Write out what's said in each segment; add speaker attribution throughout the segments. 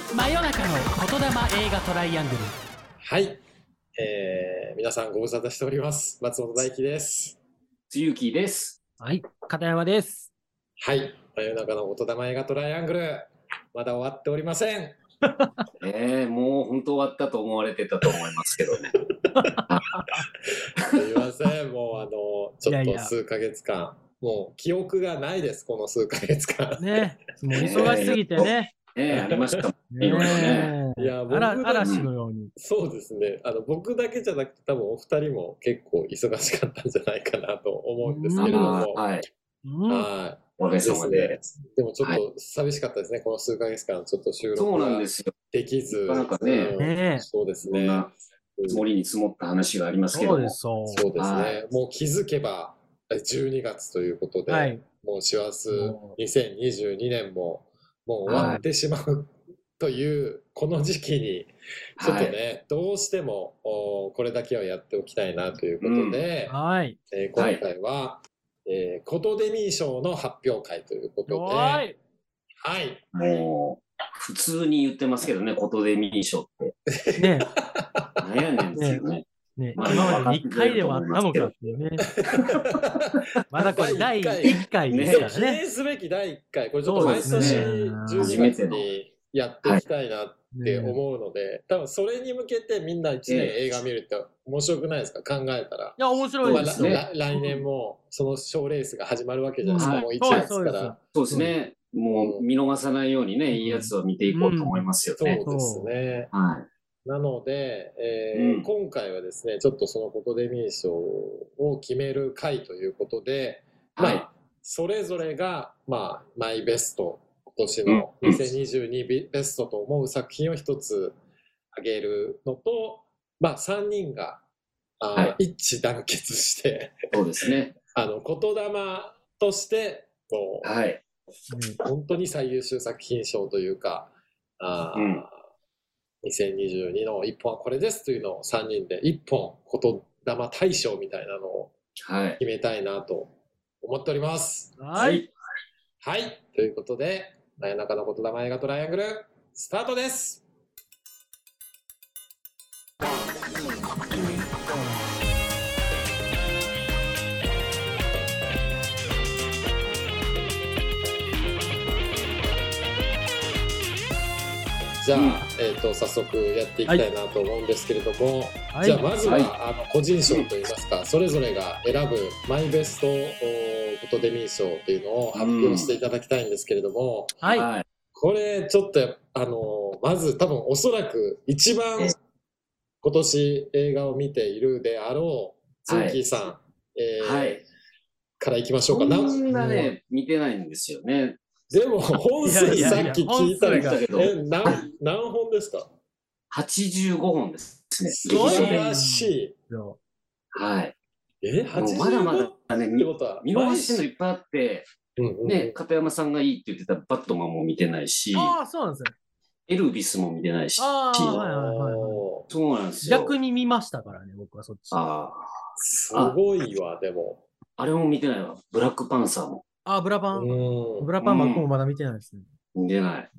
Speaker 1: の言霊映画トライアングル
Speaker 2: はい、えー皆さんご無沙汰しております。松本大輝です。
Speaker 3: つゆきです。
Speaker 1: はい片山です
Speaker 2: はい、真夜中の音玉映画トライアングル、まだ終わっておりません。
Speaker 3: えー、もう本当終わったと思われてたと思いますけどね。
Speaker 2: すいません、もうあの、ち
Speaker 1: い
Speaker 2: ょ
Speaker 1: や
Speaker 2: っ
Speaker 1: い
Speaker 2: と
Speaker 1: や
Speaker 2: 数ヶ月間、もう記憶がないです、この数ヶ月間。
Speaker 1: ねもう忙しすぎてね
Speaker 3: えー、ありました。
Speaker 1: ね
Speaker 3: いろいろね
Speaker 2: いや
Speaker 1: あ
Speaker 2: 僕
Speaker 1: ら
Speaker 2: だ
Speaker 1: 嵐のように
Speaker 2: そうですね、あの僕だけじゃなくて、多分お二人も結構忙しかったんじゃないかなと思うんですけれど
Speaker 3: あ
Speaker 2: も
Speaker 3: ー。はい。
Speaker 1: うん
Speaker 2: はい。
Speaker 3: おかげさまで。
Speaker 2: すね。でもちょっ
Speaker 3: は
Speaker 2: と寂しかったですね、この数ヶ月間、ちょっと収
Speaker 3: そう
Speaker 2: 録
Speaker 3: なん
Speaker 2: が
Speaker 3: ですよ。
Speaker 2: できず。
Speaker 3: なかなかね
Speaker 2: うん
Speaker 1: ねえ
Speaker 2: そうです
Speaker 3: こん
Speaker 2: ね。
Speaker 3: な
Speaker 2: うん
Speaker 3: 積もりに積もった話がありますけ
Speaker 1: そ
Speaker 3: ど
Speaker 1: うで
Speaker 3: も。
Speaker 1: すそ
Speaker 2: そうです
Speaker 3: は
Speaker 2: ね。もう気づけばえ12月ということ
Speaker 1: う
Speaker 2: で、
Speaker 1: はい
Speaker 2: もう師走
Speaker 1: も
Speaker 2: 2022年ももう終わってしまうというこの時期に、ちょっとね、
Speaker 3: はい。
Speaker 2: どうしてもおこれだけはやっておきたいなということで、
Speaker 1: はい
Speaker 2: えー今回は、えーコトデミー賞の発表会ということで、
Speaker 1: お
Speaker 2: は
Speaker 1: ー
Speaker 2: い
Speaker 1: い、
Speaker 3: もう、普通に言ってますけどね、ことでミー賞って。
Speaker 1: ね
Speaker 3: なんやねんですよね。
Speaker 1: ね
Speaker 3: まあ
Speaker 1: 今まで1回ではあったのかっていうねまだこれ第1回で
Speaker 3: ね
Speaker 1: す
Speaker 2: で
Speaker 1: か
Speaker 2: も
Speaker 1: ら
Speaker 2: 記
Speaker 1: ね
Speaker 2: 念すべき第1回、これちょっと毎年
Speaker 1: そうですね
Speaker 2: 12月にやっていきたいなっ
Speaker 1: ね
Speaker 2: て思うので、多分それに向けてみんな1年
Speaker 3: ええ
Speaker 2: 映画見るって面白くないですか考えたら。
Speaker 1: いや面白い
Speaker 2: まあ
Speaker 1: で
Speaker 2: ら
Speaker 1: すね
Speaker 2: ら来年もその賞レースが始まるわけじゃないですか、
Speaker 3: はい
Speaker 2: もう1
Speaker 1: そうです
Speaker 2: 月
Speaker 1: そう
Speaker 2: か
Speaker 1: です
Speaker 2: ら。
Speaker 3: そうですね。もう見逃さないようにね、いいやつを見ていこうと思いますよ
Speaker 2: そう
Speaker 3: ね。
Speaker 2: ですね。
Speaker 3: はい。
Speaker 2: なので、えー
Speaker 3: うん
Speaker 2: 今回はですね、ちょっとそのコトデミー賞を決める回ということで、ま
Speaker 3: は
Speaker 2: あ
Speaker 3: い。
Speaker 2: それぞれが、まあ、マイベスト、今年の
Speaker 3: うん
Speaker 2: 2022ビベストと思う作品を一つあげるのと、まあ、3人が、あー
Speaker 3: はい
Speaker 2: 一致団結して、
Speaker 3: そうですね。
Speaker 2: あの、言霊として、こう、
Speaker 3: はい。
Speaker 2: 本当に最優秀作品賞というか、あー
Speaker 3: うん
Speaker 2: 2022の一本はこれですというのを3人で一本言霊大賞みたいなのを
Speaker 3: はい。
Speaker 2: 決めたいなと思っております。
Speaker 1: はい。
Speaker 2: はい、ということで、真夜中の言霊映画トライアングル、スタートですじゃあ、
Speaker 3: うん
Speaker 2: えー、と早速やっていきたいなと思うんですけれども、
Speaker 1: はい
Speaker 2: じゃあまずは、
Speaker 3: はい
Speaker 2: あの個人賞といいますか、それぞれが選ぶマイベストおーことデミー賞というのを発表していただきたいんですけれども、
Speaker 1: はい
Speaker 3: はい。
Speaker 2: これちょっとやっあのーまず多分おそらく一番
Speaker 3: え
Speaker 2: 今年映画を見ているであろうツ
Speaker 3: はい
Speaker 2: ンキーさん、えー
Speaker 3: はい。
Speaker 2: からいきましょ
Speaker 3: そう
Speaker 2: かな。
Speaker 3: みんなね、見てないんですよね。
Speaker 2: でも本
Speaker 1: いや
Speaker 2: 数
Speaker 1: いや
Speaker 2: さ
Speaker 1: いや
Speaker 2: っき聞いたら
Speaker 1: 本数が
Speaker 2: え何何本ですか
Speaker 3: 85本ですね。
Speaker 2: 素
Speaker 1: ごいね
Speaker 3: 劇場
Speaker 2: 晴
Speaker 3: で
Speaker 2: らし
Speaker 3: はい。
Speaker 2: い。え
Speaker 3: もう
Speaker 2: 85
Speaker 3: まだまだね、
Speaker 2: って
Speaker 3: み
Speaker 2: ことは
Speaker 3: 見逃してるのいっぱいあって、
Speaker 2: うんうんうん
Speaker 3: ね、片山さんがいいって言ってたバットマンも見てないし、
Speaker 1: ああそうなんですね
Speaker 3: エルビスも見てないし、
Speaker 1: あーはいはいはいはい
Speaker 2: おー
Speaker 3: そうなんですよ。
Speaker 1: 逆に見ましたからね僕はそっちあ
Speaker 3: あ
Speaker 2: すごいわ、でも。
Speaker 3: あ、あれも見てないわ。ブラックパンサーも
Speaker 1: あブラパン
Speaker 2: うん
Speaker 1: ブラパンマンもまだ見てないですね。
Speaker 3: 見てない。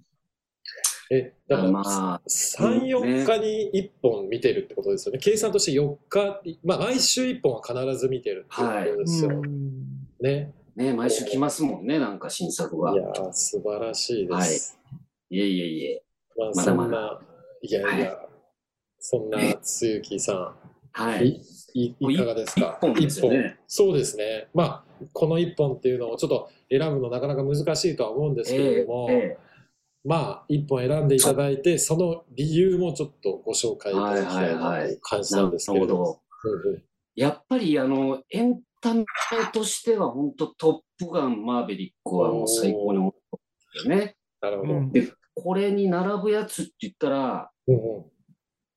Speaker 2: え、だから、
Speaker 3: まあ、
Speaker 2: 3、4日に1本見てるってことですよね。計算として4日に、まあ、毎週1本は必ず見てるっていうことですよ。ね。
Speaker 3: ね、毎週来ますもんね、なんか新作が
Speaker 2: い。やー、素晴らしいです。
Speaker 3: いえいえいえ。
Speaker 2: まあ、
Speaker 3: ま
Speaker 2: そ
Speaker 3: だ
Speaker 2: ん
Speaker 3: ま
Speaker 2: な、いやいや、そんな、つゆきさ
Speaker 3: は
Speaker 2: ん、
Speaker 3: い。
Speaker 2: いいいかがですか
Speaker 3: 一本ですよね。
Speaker 2: そうですね。まあ、この1本っていうのをちょっと選ぶのなかなか難しいとは思うんですけれども、
Speaker 3: ええ
Speaker 2: まあ、一本選んでいただいて、その理由もちょっとご紹介いただきたい
Speaker 3: は
Speaker 2: な
Speaker 3: いはい
Speaker 2: と
Speaker 3: はい
Speaker 2: いう感じ
Speaker 3: な
Speaker 2: なん
Speaker 3: る
Speaker 2: ですけれ
Speaker 3: ほ
Speaker 2: ど
Speaker 3: ど
Speaker 2: も。。うんうん
Speaker 3: やっぱりあのエンタメとしては本当トップガンマーベリックはもう最高に思ったよね。
Speaker 2: なるほ
Speaker 1: う
Speaker 2: ど。うん
Speaker 1: ん
Speaker 3: これに並ぶやつって言ったら
Speaker 2: うん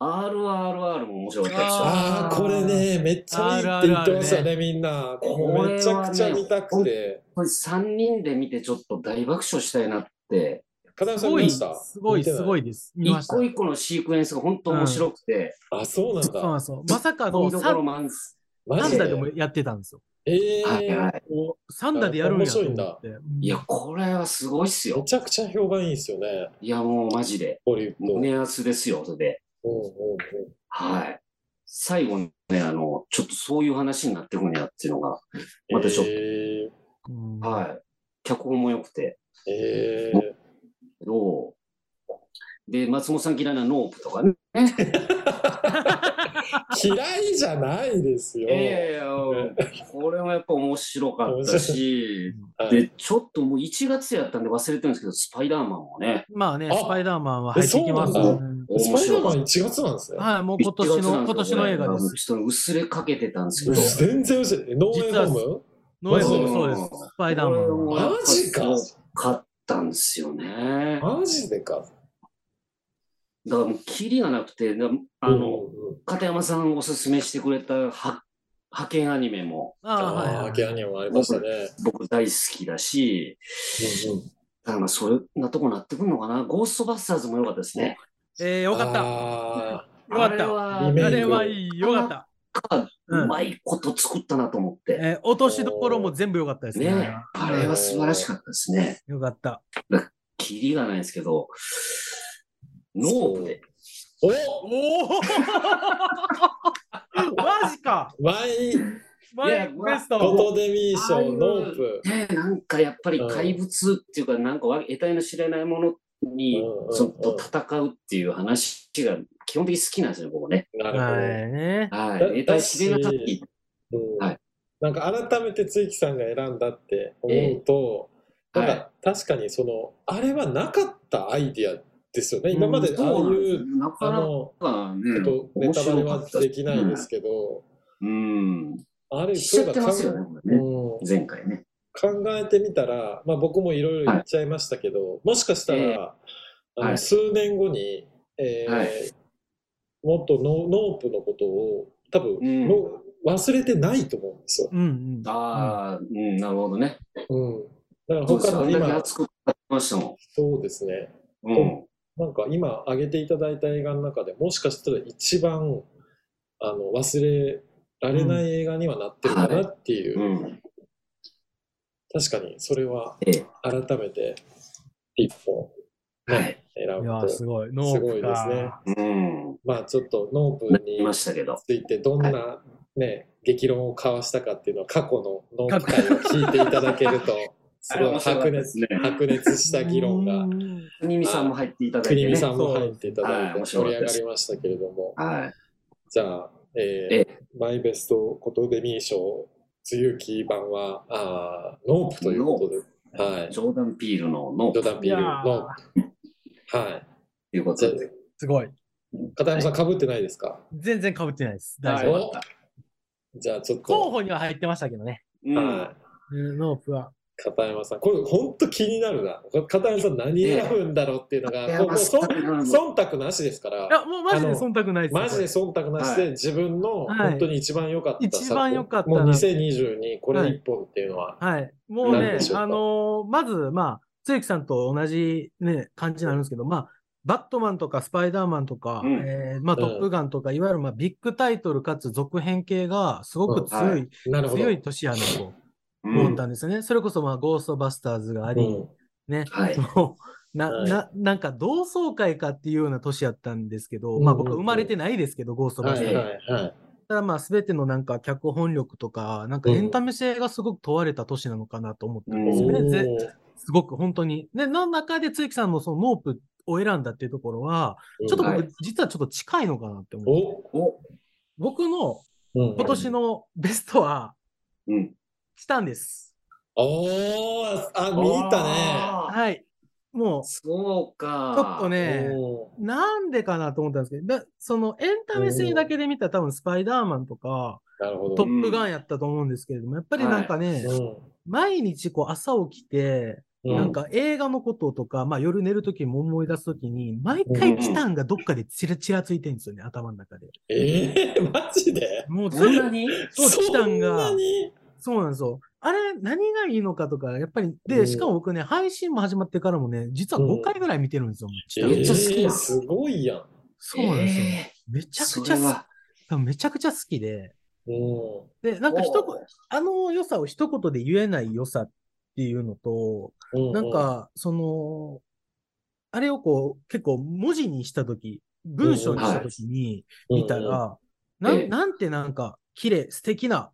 Speaker 3: RRR も面白かったでしょ。
Speaker 2: あ
Speaker 1: あー
Speaker 2: あ、これね、めっちゃいいって言ってますよね、みんな。
Speaker 3: これはね
Speaker 2: めちゃくちゃ見たくて。
Speaker 3: これ3人で見てちょっと大爆笑したいなって
Speaker 2: 片山
Speaker 1: す
Speaker 2: さん
Speaker 1: ご
Speaker 2: 見ま
Speaker 1: い、
Speaker 2: した
Speaker 1: すごい、
Speaker 2: 見て
Speaker 1: す
Speaker 2: な
Speaker 1: ごいです。見ま
Speaker 3: 一
Speaker 1: した。
Speaker 3: 個一個のシークエンスが本当面白くて
Speaker 2: あ、そうなん
Speaker 1: そうなん
Speaker 2: だ。
Speaker 1: ですよ。まさか
Speaker 3: 見
Speaker 1: の
Speaker 3: どころ
Speaker 1: 3
Speaker 3: 満載
Speaker 2: マジ
Speaker 1: 何
Speaker 2: で
Speaker 1: 台でもやってたんですよ。
Speaker 2: ええ
Speaker 3: はいは
Speaker 2: ー。
Speaker 3: い。
Speaker 1: おサンダでやるんやと思
Speaker 2: 面
Speaker 1: って。
Speaker 3: いや、これはすごいっす
Speaker 2: め
Speaker 3: よ。
Speaker 2: ちゃくちゃ評判いいですよね、
Speaker 3: いや、もうマジで。
Speaker 2: ボリウッド。
Speaker 3: 胸熱ですよ、それで。
Speaker 2: うんうんうん
Speaker 3: はい。最後ね、あの、ちょっとそういう話になってくんやっていうのが、またちょっと
Speaker 2: え
Speaker 1: うん
Speaker 3: はい。脚本も良くて、
Speaker 2: ー、え
Speaker 3: どうで、松本さん嫌いなノープとかね。
Speaker 2: ー、嫌いじゃないですよ。
Speaker 3: ええこれもやっぱ面白かったし、
Speaker 2: はい
Speaker 3: で、ちょっともう1月やったんで忘れてるんですけど、スパイダーマンもね、
Speaker 1: まあね、
Speaker 2: あ
Speaker 1: スパイダーマンは入ってきます
Speaker 3: えそ
Speaker 1: よね。
Speaker 3: う
Speaker 1: うん
Speaker 2: スパイダーマン
Speaker 3: 面白かっ
Speaker 2: 1月なんですね。
Speaker 1: はい、もう
Speaker 3: た
Speaker 1: 今年
Speaker 3: 1
Speaker 1: の、今年の映画で
Speaker 3: 月なん
Speaker 1: す。
Speaker 3: ちょっと薄れかけてたんですけ
Speaker 2: う
Speaker 3: ど
Speaker 2: ん、全然薄い。ノーエンホーム
Speaker 1: ノエ
Speaker 2: マジ
Speaker 1: ホ
Speaker 2: で
Speaker 1: ームそうです。スパイダーマンは。
Speaker 2: マジか
Speaker 3: やっぱすごかったんですよね。
Speaker 2: マジでか。
Speaker 3: だからもう、キリがなくて、だあの、片山さんおすすめしてくれた派派遣アニメも
Speaker 1: ああ、はい
Speaker 2: ああ
Speaker 1: は
Speaker 2: ー、
Speaker 1: い。
Speaker 2: ギャニャンもありましたね。
Speaker 3: 僕大好きだし、だからまあそういうなとこなってくるのかな。ゴーストバスターズも良かったですね。
Speaker 1: えー、よかった。よ
Speaker 2: た。
Speaker 1: かった。
Speaker 3: あ
Speaker 2: リメイク
Speaker 1: あ
Speaker 3: れ
Speaker 1: れ
Speaker 3: は
Speaker 1: はいい。よかった。
Speaker 3: なんか
Speaker 1: うん
Speaker 3: うまいこと作ったなと思って。
Speaker 1: えー、落としどころも全部よかったです
Speaker 3: ね
Speaker 1: ね。
Speaker 3: えあれは素晴らしかったですね。
Speaker 1: よかった。
Speaker 3: キリがないですけど、ノープで。
Speaker 2: お
Speaker 1: おお マジか
Speaker 2: マイ
Speaker 1: マイベス
Speaker 2: コ
Speaker 1: ト
Speaker 2: トデミー賞、ノープ。
Speaker 3: ねえ、なんかやっぱり怪物っていうか、なんかわ得体の知れないものに
Speaker 2: うんうんうん
Speaker 3: ちょっと戦うっていう話が基本的に好きなんですよね、僕ね。
Speaker 2: な
Speaker 1: は
Speaker 2: る
Speaker 1: いね。
Speaker 3: はい。
Speaker 2: だ
Speaker 3: 得体知れなかっ。
Speaker 2: だしたほどうん。
Speaker 3: はい
Speaker 2: なんか改めてつゆきさんが選んだって思うと、
Speaker 3: ええ
Speaker 2: なんか確かにその、あれはなかったアイディアですよね。今までああ
Speaker 3: そうなん
Speaker 2: い
Speaker 3: で
Speaker 2: う、
Speaker 3: すな
Speaker 2: あ
Speaker 3: かな
Speaker 2: の、
Speaker 3: か
Speaker 2: ち
Speaker 3: ね、
Speaker 2: ょっとネタバレはできないです
Speaker 3: け
Speaker 2: けど、
Speaker 3: ど。うん。
Speaker 2: あれ、
Speaker 3: しちゃってますよ
Speaker 2: うい
Speaker 3: ね、こ
Speaker 2: えば考え
Speaker 3: れね。前回
Speaker 2: う
Speaker 3: ね。
Speaker 2: ん考えてみたら、まあ僕もいろいろ言っちゃいましたけど、もしかしたら、
Speaker 3: ええ
Speaker 2: あの
Speaker 3: はい
Speaker 2: 数年後に、えー
Speaker 3: はい
Speaker 2: もっとノノープのことを多分、
Speaker 3: うん
Speaker 2: の忘れてないと思うんですよ。
Speaker 1: うんうん。
Speaker 3: ああ、うん、なるほどね。
Speaker 2: うん、だから
Speaker 3: そうです
Speaker 2: 他
Speaker 3: よ。あ
Speaker 2: の
Speaker 3: んだけ
Speaker 2: 今、
Speaker 3: 熱く語ってましたも
Speaker 2: そうですね、
Speaker 3: ん。うん。
Speaker 2: なんか今挙げていただいた映画の中でもしかしたら一番あの忘れられない映画にはなってるかなっていう、
Speaker 3: うん。
Speaker 2: 確かにそれは
Speaker 3: ええ。
Speaker 2: 改めて一本
Speaker 3: はい。
Speaker 2: 選
Speaker 1: い
Speaker 2: ぶ
Speaker 1: や
Speaker 2: と、
Speaker 1: すごい。ノー
Speaker 2: すご
Speaker 1: プ
Speaker 2: いですね
Speaker 1: か。。
Speaker 3: うん。
Speaker 2: まあちょっとノープ
Speaker 3: な
Speaker 2: ンに
Speaker 3: りましたけど。
Speaker 2: ついてどんな、ね、激論を交わしたかっていうのは過去のノープ会を聞いていただけると、すごい白熱、
Speaker 3: ね。
Speaker 2: 白熱した議論が。
Speaker 3: 国見さんも入っていただい
Speaker 2: 国
Speaker 3: て
Speaker 2: 見
Speaker 3: ね。
Speaker 2: さんも入っていただい
Speaker 3: はい
Speaker 2: て
Speaker 3: 面
Speaker 2: 盛
Speaker 3: 白か
Speaker 2: り
Speaker 3: っ
Speaker 2: 上
Speaker 3: た
Speaker 2: が
Speaker 3: です
Speaker 2: りましたけれども、
Speaker 3: はい。
Speaker 2: じゃあ、えー
Speaker 3: え
Speaker 2: マイベストコトデミー賞、つゆき版はあーノープということで、はい、
Speaker 3: ジョーダン・ピールのノー
Speaker 2: ジョ
Speaker 3: プ
Speaker 2: ダン・ピール
Speaker 1: いやー
Speaker 2: の、はい、
Speaker 3: というこ
Speaker 2: じゃあ
Speaker 3: とで。
Speaker 1: すごい。
Speaker 2: 片山さん、かぶってないですか、
Speaker 1: 全然被ってないです。
Speaker 3: は
Speaker 1: 大
Speaker 3: い
Speaker 1: 丈夫。
Speaker 2: おじゃあちょっ
Speaker 1: 候
Speaker 2: と、
Speaker 1: 補には入ってましたけどね。
Speaker 3: うん
Speaker 2: はい
Speaker 1: うんノープは。
Speaker 2: 片山さん、これ、本当気になるな、片山さん、何選ぶんだろうっていうのが、
Speaker 3: 片
Speaker 2: こうも
Speaker 3: 山
Speaker 2: う
Speaker 3: さ
Speaker 2: そ
Speaker 3: ん
Speaker 2: ん忖度なしですか
Speaker 1: い
Speaker 2: ら、
Speaker 1: や、もうマジで
Speaker 2: あの
Speaker 1: 忖度ないですよ。
Speaker 2: マジで忖度なし
Speaker 3: は
Speaker 2: で、
Speaker 3: い
Speaker 2: 自分の
Speaker 1: はい
Speaker 2: 本当に一番良かった作品、
Speaker 1: 一番良かったな
Speaker 2: もう2022、これ一本っていうのは、
Speaker 1: はい。もう
Speaker 2: なん
Speaker 1: ね
Speaker 2: でしょう、か
Speaker 1: あのーまず、まあ、つゆきさんと同じね、感じになるんですけど、まあ、バットマンとかスパイダーマンとか、
Speaker 3: うん
Speaker 1: えーまあ、
Speaker 2: うん
Speaker 1: トップガンとか、いわゆる、まあ、ビッグタイトルかつ続編系がすごく強い、
Speaker 3: うんは
Speaker 2: なるほど。
Speaker 1: 強い年やなと
Speaker 3: うん
Speaker 1: 思ったんですよね。それこそ、まあ、ゴーストバスターズがあり、
Speaker 2: うん
Speaker 1: ね、
Speaker 3: はい
Speaker 1: そのな、
Speaker 2: はい
Speaker 1: な、なんか同窓会かっていうような年やったんですけど、
Speaker 2: うん
Speaker 1: まあ僕は生まれてないですけど、ゴーストバスターズ。
Speaker 2: はいはいはい。
Speaker 1: ただまあ全てのなんか脚本力とか、なんかエンタメ性がすごく問われた年なのかなと思ったんですよね。
Speaker 2: お
Speaker 1: ぜ
Speaker 2: ー
Speaker 1: すごく本当に。で、の中でつゆきさんのそのノープを選んだっていうところは、ちょっと
Speaker 3: は
Speaker 1: 僕
Speaker 3: い、
Speaker 1: 実はちょっと近いのかなって思う。
Speaker 2: お、
Speaker 3: お、
Speaker 1: 僕の
Speaker 2: うん
Speaker 1: 今年のベストは、
Speaker 3: うん。
Speaker 1: チタンです。
Speaker 2: おーあ、見たね。
Speaker 3: あー
Speaker 1: はい。もう、ち
Speaker 3: そうか。
Speaker 1: ょっとね、
Speaker 2: お
Speaker 1: なんでかなと思ったんですけど、だそのエンタメ性だけで見たら多分スパイダーマンとか、
Speaker 2: ーなるほ
Speaker 1: ト
Speaker 2: ど。
Speaker 1: ップガンやったと思うんですけれども、やっぱりなんかね、毎日こう朝起きて、
Speaker 2: うん
Speaker 1: なんか映画のこととか、まあ夜寝るときも思い出すときに、毎回チタンがどっかでちらちらついてるんですよね、頭の中で。
Speaker 2: え ー、マジで
Speaker 1: もうずっ
Speaker 3: そんなに
Speaker 1: とチタンが
Speaker 2: そんな、に
Speaker 1: そうなんですよ。あれ、何がいいのかとか、やっぱり、
Speaker 2: う
Speaker 1: で、
Speaker 2: ん
Speaker 1: しかも僕ね、配信も始まってからもね、実は5回ぐらい見てるんですよ、チタン
Speaker 3: めっちゃ好き
Speaker 2: え
Speaker 3: や
Speaker 2: ー
Speaker 3: ん
Speaker 2: すごいやん。
Speaker 1: そうなんですよ。
Speaker 3: えー
Speaker 1: めちゃく
Speaker 3: そ
Speaker 1: ちゃ
Speaker 3: れ
Speaker 1: 好
Speaker 3: は
Speaker 1: き、めちゃくちゃ好きで、
Speaker 2: うん
Speaker 1: で、なんか一
Speaker 3: お
Speaker 1: 言
Speaker 3: ー、
Speaker 1: あの良さを一言で言えない良さっていうのと、
Speaker 2: う
Speaker 1: なん、か、その、あれをこう、結構文字にしたとき、文章にしたときに
Speaker 2: うん
Speaker 1: 見た、ら、
Speaker 3: うん
Speaker 1: な
Speaker 3: ええ
Speaker 1: んなんてなんか、綺麗、素敵な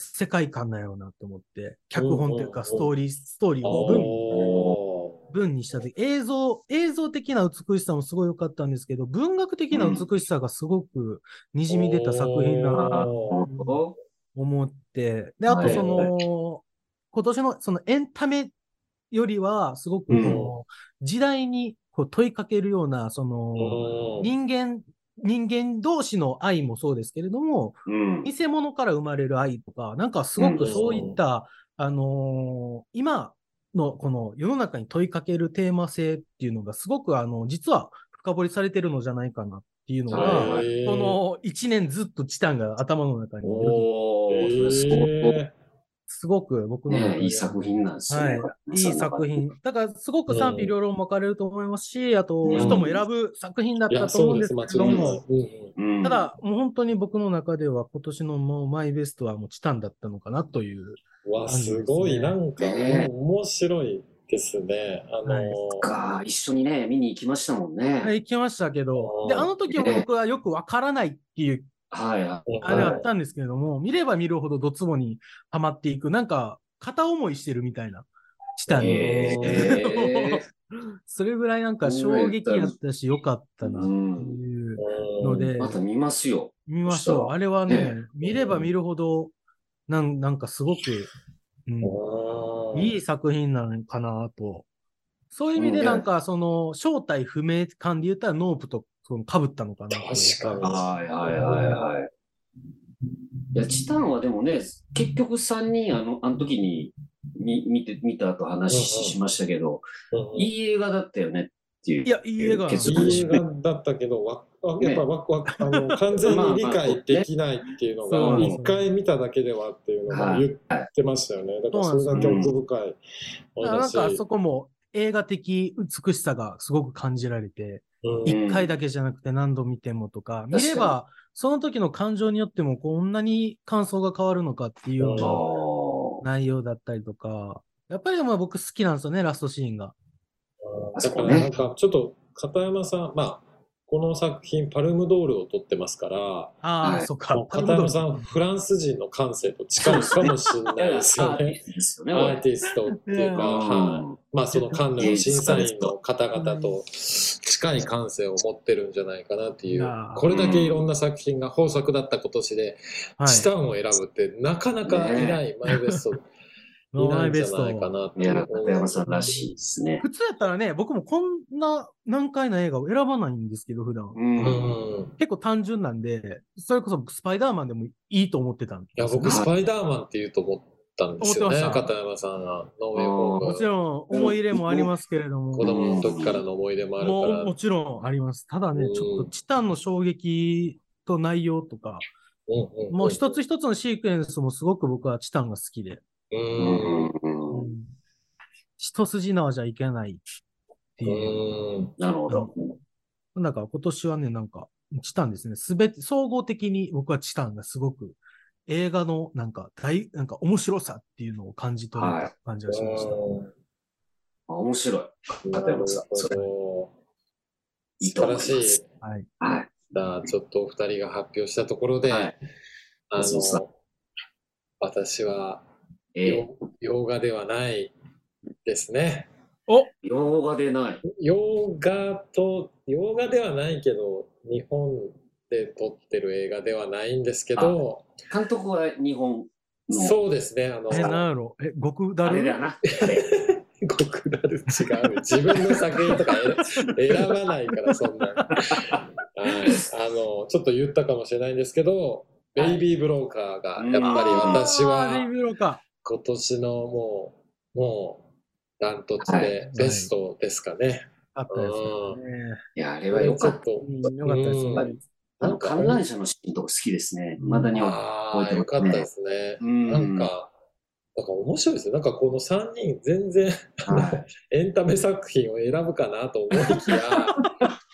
Speaker 1: 世界観なんやろうなと思って、脚本という
Speaker 2: うん
Speaker 1: か、ストーリー、ストーリーを文文にした時映像、映像的な美しさもすごい良かったんですけど、文学的な美しさがすごくにじみ出た作品だなと
Speaker 3: あなるほど。
Speaker 1: 思って、で、あとそ
Speaker 2: はい
Speaker 1: の、今年のそのエンタメよりは、すごくこの時代にこう問いかけるような、その、人間、人間同士の愛もそうですけれども、
Speaker 3: うん。
Speaker 1: 偽物から生まれる愛とか、なんかすごくそういった、あのー今のこの世の中に問いかけるテーマ性っていうのがすごくあの、実は深掘りされてるのじゃないかなっていうのが、
Speaker 3: は
Speaker 1: この1年ずっとチタンが頭の中にいる
Speaker 3: お
Speaker 2: え
Speaker 3: ー、それ
Speaker 1: すごく僕の中
Speaker 3: 相当
Speaker 1: で
Speaker 3: ね、いい作品なんですよね。
Speaker 1: はい、いい作品。だからすごく賛否両論分かれると思いますし、あと
Speaker 3: うん
Speaker 1: 人も選ぶ作品だっ
Speaker 2: い
Speaker 1: た
Speaker 2: や、
Speaker 1: と思
Speaker 2: そううんで
Speaker 1: です
Speaker 2: す、間違
Speaker 1: けど
Speaker 2: い
Speaker 1: も
Speaker 2: な、いうん
Speaker 3: うん。
Speaker 1: ただ、もう本当に僕の中では今年のもうマイベストはもうチタンだったのかなという。
Speaker 2: うん。わ、すごい、なんか、
Speaker 3: ね
Speaker 2: 面白いですね。あの
Speaker 1: はい
Speaker 3: か、一緒にね、見に行きましたもん
Speaker 1: は
Speaker 3: ね。
Speaker 1: い、行きましたけど、で、
Speaker 2: あー
Speaker 1: あの時は僕はよくわからないっていう、
Speaker 3: はい。は
Speaker 1: あれ
Speaker 3: は
Speaker 1: あったんですけれども、見れば見るほどドツボにはまっていく、なんか、片思いしてるみたいな、した
Speaker 3: い。
Speaker 1: に。
Speaker 2: へー
Speaker 3: え
Speaker 1: それぐらいなんか衝撃やったし、よかったな、っていうの
Speaker 2: うん
Speaker 1: で
Speaker 3: ー、また見ますよ。
Speaker 1: 見ましょう。あれはね
Speaker 3: ね、
Speaker 1: 見れば見るほど、なんなんかすごく、うん、
Speaker 2: うん
Speaker 1: いい作品なのかなと。そういう意味でなんか、その、正体不明感で言ったら、ノープとその被ったのかなと。
Speaker 2: 確かに。
Speaker 3: はいはいはいはい。いや、チタンはでもね、結局3人、あの、あの時に見見て、見た後話ししましたけど、
Speaker 2: うん
Speaker 3: いい映画だったよねっていう。
Speaker 1: いや、いい映画なんです
Speaker 3: 結
Speaker 1: よ
Speaker 3: 論
Speaker 2: いい映画だったけど、わあやっぱわ、わあの完全に理解できないっていうの
Speaker 1: まあ
Speaker 2: が、
Speaker 1: まあ
Speaker 2: 一回見ただけではっていうのが
Speaker 3: はい
Speaker 2: 言ってましたよね。だからそれだけ奥深い
Speaker 1: だ
Speaker 2: もの
Speaker 1: から
Speaker 2: だ
Speaker 1: なん
Speaker 2: し。
Speaker 1: かそこも映画的美しさがすごく感じられて、
Speaker 2: うん
Speaker 1: 一、
Speaker 3: うん
Speaker 1: 回だけじゃなくて何度見てもとか、
Speaker 3: か
Speaker 1: 見
Speaker 3: に
Speaker 1: ればその時の感情によってもこんなに感想が変わるのかっていうよう
Speaker 3: あ
Speaker 1: な
Speaker 3: ー
Speaker 1: 内容だったりとか、やっぱりでも僕好きなんですよね、ラストシーンが。
Speaker 3: あ
Speaker 2: だ
Speaker 3: そ
Speaker 2: か
Speaker 3: こ
Speaker 2: らなん
Speaker 3: ね。
Speaker 2: かちょっと片山さん、まあ、この作品パルムドールを撮ってますから、
Speaker 1: ああ、
Speaker 3: はい
Speaker 1: そっか
Speaker 2: もう。片山さん、フランス人の感性と近いかもしれないですよ
Speaker 3: アーテ
Speaker 2: ね。
Speaker 3: ィストですよ
Speaker 2: ア
Speaker 3: ね、
Speaker 2: ー
Speaker 3: 俺。
Speaker 2: ティストっていうか、はい。まあそのカンヌの審査員の方々と近い感性を持ってるんじゃないかなってい
Speaker 1: いうやー、
Speaker 2: これだけいろんな作品が豊作だった今年で、
Speaker 1: はい
Speaker 2: チタンを選ぶってなかなかいないマイ ベスト
Speaker 1: ノ
Speaker 2: い
Speaker 1: ーマ
Speaker 2: な
Speaker 1: イ
Speaker 2: いんじ
Speaker 1: ベ
Speaker 2: ゃ
Speaker 1: ス
Speaker 2: ないか
Speaker 1: ト。
Speaker 2: なって
Speaker 3: い
Speaker 2: い
Speaker 3: や、
Speaker 2: う。
Speaker 3: 片山さんらしいですね。
Speaker 1: 普通やったらね、僕もこんな難解な映画を選ばないんですけど、普段。
Speaker 3: う。
Speaker 2: うんん。
Speaker 1: 結構単純なんで、それこそスパイダーマンでもいいと思ってたんで
Speaker 2: いや、僕、スパイダーマンって言うと思ったんですよね、
Speaker 1: 思ってました
Speaker 2: 片山さんが。ノーウェイホーム
Speaker 1: もちろん思い入れもありますけれども。
Speaker 2: 子供の時からの思い出もある
Speaker 1: も
Speaker 2: か
Speaker 1: う
Speaker 2: ら。
Speaker 1: もちろんあります。ただ
Speaker 2: う
Speaker 1: ね、
Speaker 2: ん
Speaker 1: ちょっとチタンの衝撃と内容とか、
Speaker 2: うんんん
Speaker 1: もう一つ一つのシークエンスもすごく僕はチタンが好きで、
Speaker 2: う。
Speaker 3: うんん。うん
Speaker 1: 一筋縄じゃいけないっていう。
Speaker 2: うん。
Speaker 3: なるほど。
Speaker 1: なんか今年はね、なんかチタンですね。すべて、総合的に僕はチタンがすごく映画のなんか大、なんか面白さっていうのを感じ取れた感じがしました。
Speaker 3: あ面白い。
Speaker 2: 片山さん、それ。
Speaker 3: いい
Speaker 2: 素
Speaker 3: と
Speaker 2: 晴
Speaker 3: 思い
Speaker 2: ら
Speaker 3: ます
Speaker 2: しい。じ
Speaker 1: はい。
Speaker 3: はい。
Speaker 2: ゃあ、ちょっとお二人が発表したところで、
Speaker 3: はい。
Speaker 2: あ
Speaker 3: そうそ
Speaker 2: の、私は、
Speaker 3: え
Speaker 2: 洋洋画ではないですね。
Speaker 3: ー、洋画でない。
Speaker 2: 洋画と洋画ではないけど日本で撮ってる映画ではないんですけど
Speaker 3: 監督は日本の。
Speaker 2: そうですねあの
Speaker 1: え、なんやろえ、極だ
Speaker 3: あれだ
Speaker 1: る
Speaker 3: よな。あれ。
Speaker 2: 極なる違う自分の作品とか選選ばないからそんな、はい、あのちょっと言ったかもしれないんですけど「ベイビー・ブローカー」がやっぱり私
Speaker 1: あーレ
Speaker 2: は
Speaker 1: ビューロか。
Speaker 2: 今年のもうもうダントツでベストですかね。
Speaker 1: あったやつね。
Speaker 3: いや、あれは良かった。
Speaker 2: ちょっと
Speaker 1: うんよかったですね。
Speaker 3: あの観覧車のシーンとか好きですね。まだには。
Speaker 2: ああ、よかったですね。
Speaker 3: うん
Speaker 2: なんか、だから面白いですよ。なんかこの3人全然
Speaker 3: は
Speaker 2: エンタメ作品を選ぶかなと思いき や、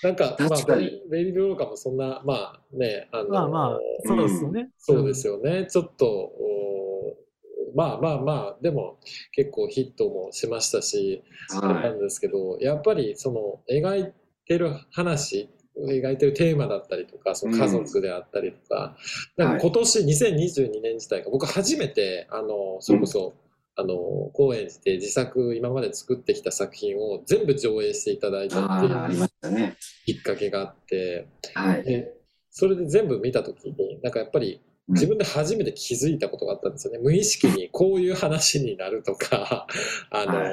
Speaker 2: なんか、ま
Speaker 3: 確
Speaker 2: あ、
Speaker 3: か
Speaker 2: ベ
Speaker 3: に
Speaker 2: イビー・ブローカーもそんな、まあね、あの、
Speaker 1: まあまあ、そうですよね。
Speaker 2: そうですよね。ちょっと、おまあまあまあ、でも結構ヒットもしましたし、
Speaker 3: い。
Speaker 2: な
Speaker 3: は
Speaker 2: んですけど、やっぱりその描いてる話、描いてるテーマだったりとか、その家族であったりとか、
Speaker 3: うん
Speaker 2: なんか今年2022年自体が僕初めて、あの、それこそ、あの、高円寺で自作、今まで作ってきた作品を全部上映していただいたって
Speaker 3: い。ああ、あ
Speaker 2: い
Speaker 3: り
Speaker 2: う
Speaker 3: ましたね。
Speaker 2: きっかけがあって、
Speaker 3: はい。
Speaker 2: でそれで全部見た時に、なんかやっぱり
Speaker 3: うん
Speaker 2: 自分で初めて気づいたことがあったんですよね。無意識にこういう話になるとか、 あのー
Speaker 3: はい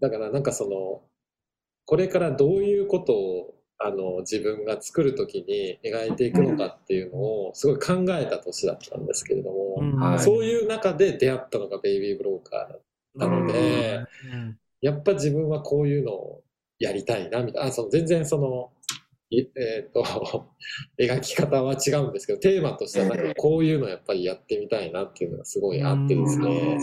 Speaker 2: だからなんかその、これからどういうことを、あの、自分が作るときに描いていくのかっていうのをすごい考えた年だったんですけれども、
Speaker 1: うん
Speaker 3: はい
Speaker 2: そういう中で出会ったのがベイビー・ブローカーだったので、
Speaker 1: うん
Speaker 2: やっぱ自分はこういうのをやりたいなみたいなあその全然そのいえーっと 描き方は違うんですけどテーマとしてはなん
Speaker 3: え
Speaker 2: か
Speaker 3: え
Speaker 2: こういうのやっぱりやってみたいなっていうのがすごいあってですね
Speaker 1: う
Speaker 2: や
Speaker 1: ん
Speaker 2: っ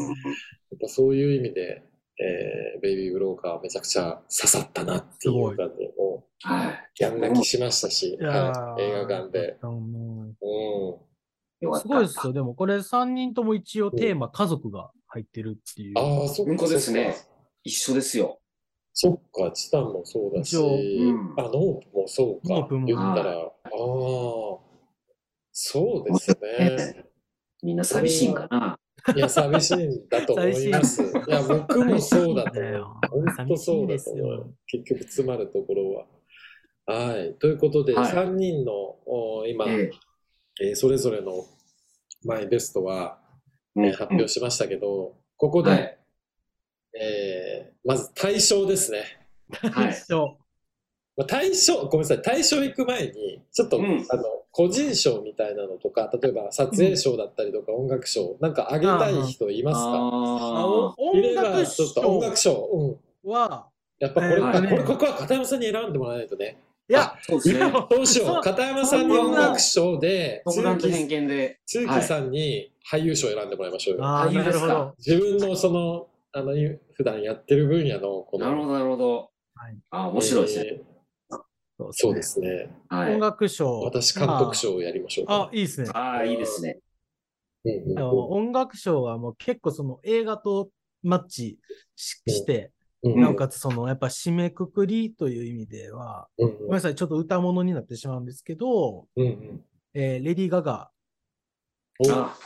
Speaker 2: ぱそういう意味で、えーベイビー・ブローカーはめちゃくちゃ刺さったなっていう感じも
Speaker 3: はい。
Speaker 2: やん泣きしましたし、
Speaker 1: いやー
Speaker 2: はい映画館で。
Speaker 1: あの
Speaker 2: うん
Speaker 3: よかった。
Speaker 1: すごいですよ。でもこれ3人とも一応テーマ家族が入ってるっていう。
Speaker 2: ああ、そっ
Speaker 3: 本
Speaker 2: か
Speaker 3: 当
Speaker 2: そ
Speaker 3: で
Speaker 2: っ
Speaker 3: す
Speaker 2: か、
Speaker 3: ね一緒ですよ。
Speaker 2: そっか、チタンもそうだし、
Speaker 1: 一応
Speaker 3: うん
Speaker 2: あ、ノープもそう
Speaker 1: ノー
Speaker 2: か、
Speaker 1: プも
Speaker 2: 言ったら、ああ、そうですね。
Speaker 3: みんな寂しいんかな。
Speaker 2: いや、寂しいんだと思います。い
Speaker 1: 寂しい
Speaker 2: や、僕もそうだと
Speaker 1: 寂しいんだ
Speaker 2: 思
Speaker 1: よ
Speaker 2: う。本当そうだと
Speaker 1: 寂しいんです
Speaker 2: 思
Speaker 1: よ
Speaker 2: う。結局、詰まるところは。はい。ということで、
Speaker 3: はい
Speaker 2: 3人のお今、
Speaker 3: ええ
Speaker 2: えーそれぞれのマイベストは、えー
Speaker 3: うん
Speaker 2: 発表しましたけど、ここで、
Speaker 3: はい
Speaker 2: えーまず対象ですね。
Speaker 3: はい。
Speaker 1: 一緒。
Speaker 2: まあ、大賞、ごめんなさい、大賞行く前に、ちょっと、
Speaker 3: うん
Speaker 2: あの、個人賞みたいなのとか、例えば撮影賞だったりとか音楽賞、なんかあげたい人いますか
Speaker 1: あ
Speaker 3: あ
Speaker 1: お
Speaker 3: あ。
Speaker 2: い
Speaker 1: 音
Speaker 2: れば、
Speaker 1: 楽
Speaker 2: ちょっと音
Speaker 1: 賞
Speaker 2: 楽賞、うん。
Speaker 1: は、
Speaker 2: やっぱこれ、
Speaker 1: え
Speaker 3: ーはい
Speaker 2: これ、ここは片山さんに選んでもらわないとね。
Speaker 1: いや、
Speaker 3: そうですね。
Speaker 2: どうしよ
Speaker 1: そう
Speaker 2: う、片山さんに音楽賞で、
Speaker 3: 独断と偏見で。
Speaker 2: つ木
Speaker 3: はい
Speaker 2: さんに俳優賞選んでもらいましょうよ。
Speaker 1: ああ、
Speaker 3: 俳優
Speaker 1: な
Speaker 3: で
Speaker 1: る
Speaker 3: す
Speaker 1: ほ
Speaker 3: か
Speaker 1: ど。
Speaker 2: 自分のその、あの、い普段やってる分野の、この。
Speaker 3: なるほど、なるほど
Speaker 1: はい。
Speaker 3: ああ、面白いですね。
Speaker 2: えーそうで。すね。
Speaker 3: は
Speaker 1: 音
Speaker 3: い。
Speaker 1: 楽賞。
Speaker 2: 私、監督賞をやりましょうか。
Speaker 1: まあ。あ、いいですね。
Speaker 3: ああ、いいですね。
Speaker 2: うんうんうん
Speaker 1: あの音楽賞はもう結構その映画とマッチしして、
Speaker 2: うん
Speaker 1: なおかつそのやっぱ締めくくりという意味では、
Speaker 2: うん
Speaker 1: ごめんなさい、ちょっと歌物になってしまうんですけど、
Speaker 2: うんうん
Speaker 1: えーレディー・ガガ、
Speaker 2: お。
Speaker 3: あ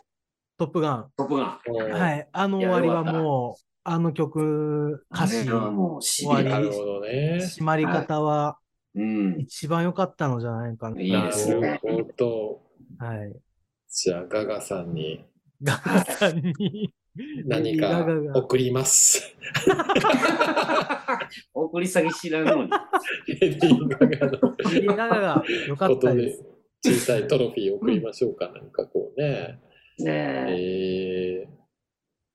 Speaker 1: トップガン。
Speaker 3: トップガン。
Speaker 1: はいい。あの
Speaker 3: いや
Speaker 1: 終わりは
Speaker 3: よかった
Speaker 1: もう、あの曲、歌詞、
Speaker 3: あれは
Speaker 1: 締
Speaker 3: もう、しびれ
Speaker 2: な
Speaker 3: が。
Speaker 2: るほどね。
Speaker 1: まり方は
Speaker 3: うん。
Speaker 1: 一番良かったのじゃないかな。
Speaker 3: いいですね
Speaker 2: なるほど。
Speaker 1: はい。
Speaker 2: じゃあ、ガガさんに
Speaker 1: ガガさんに。
Speaker 2: 何
Speaker 1: ガ
Speaker 2: か
Speaker 1: ガが
Speaker 2: 送ります。
Speaker 3: 送り先知らんのに。
Speaker 2: レディー・ガガの
Speaker 1: レディーガガが良か
Speaker 2: こ
Speaker 1: った
Speaker 2: と
Speaker 1: で。、
Speaker 2: です小さいトロフィー送りましょうか。なんかこうね。
Speaker 3: ねえ。
Speaker 2: えー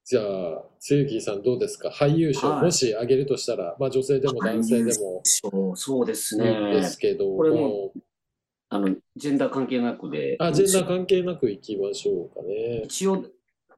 Speaker 2: じゃあ、つゆきさんどうですか俳優賞、
Speaker 3: はい
Speaker 2: もしあげるとしたら、まあ女性でも男性でも
Speaker 3: そう、そうです
Speaker 2: いいん
Speaker 3: ね
Speaker 2: で。すけど
Speaker 3: これも
Speaker 2: も、
Speaker 3: あの、ジェンダー関係なくで。
Speaker 2: アジェンダー関係なくいきましょうかね。
Speaker 3: 一応、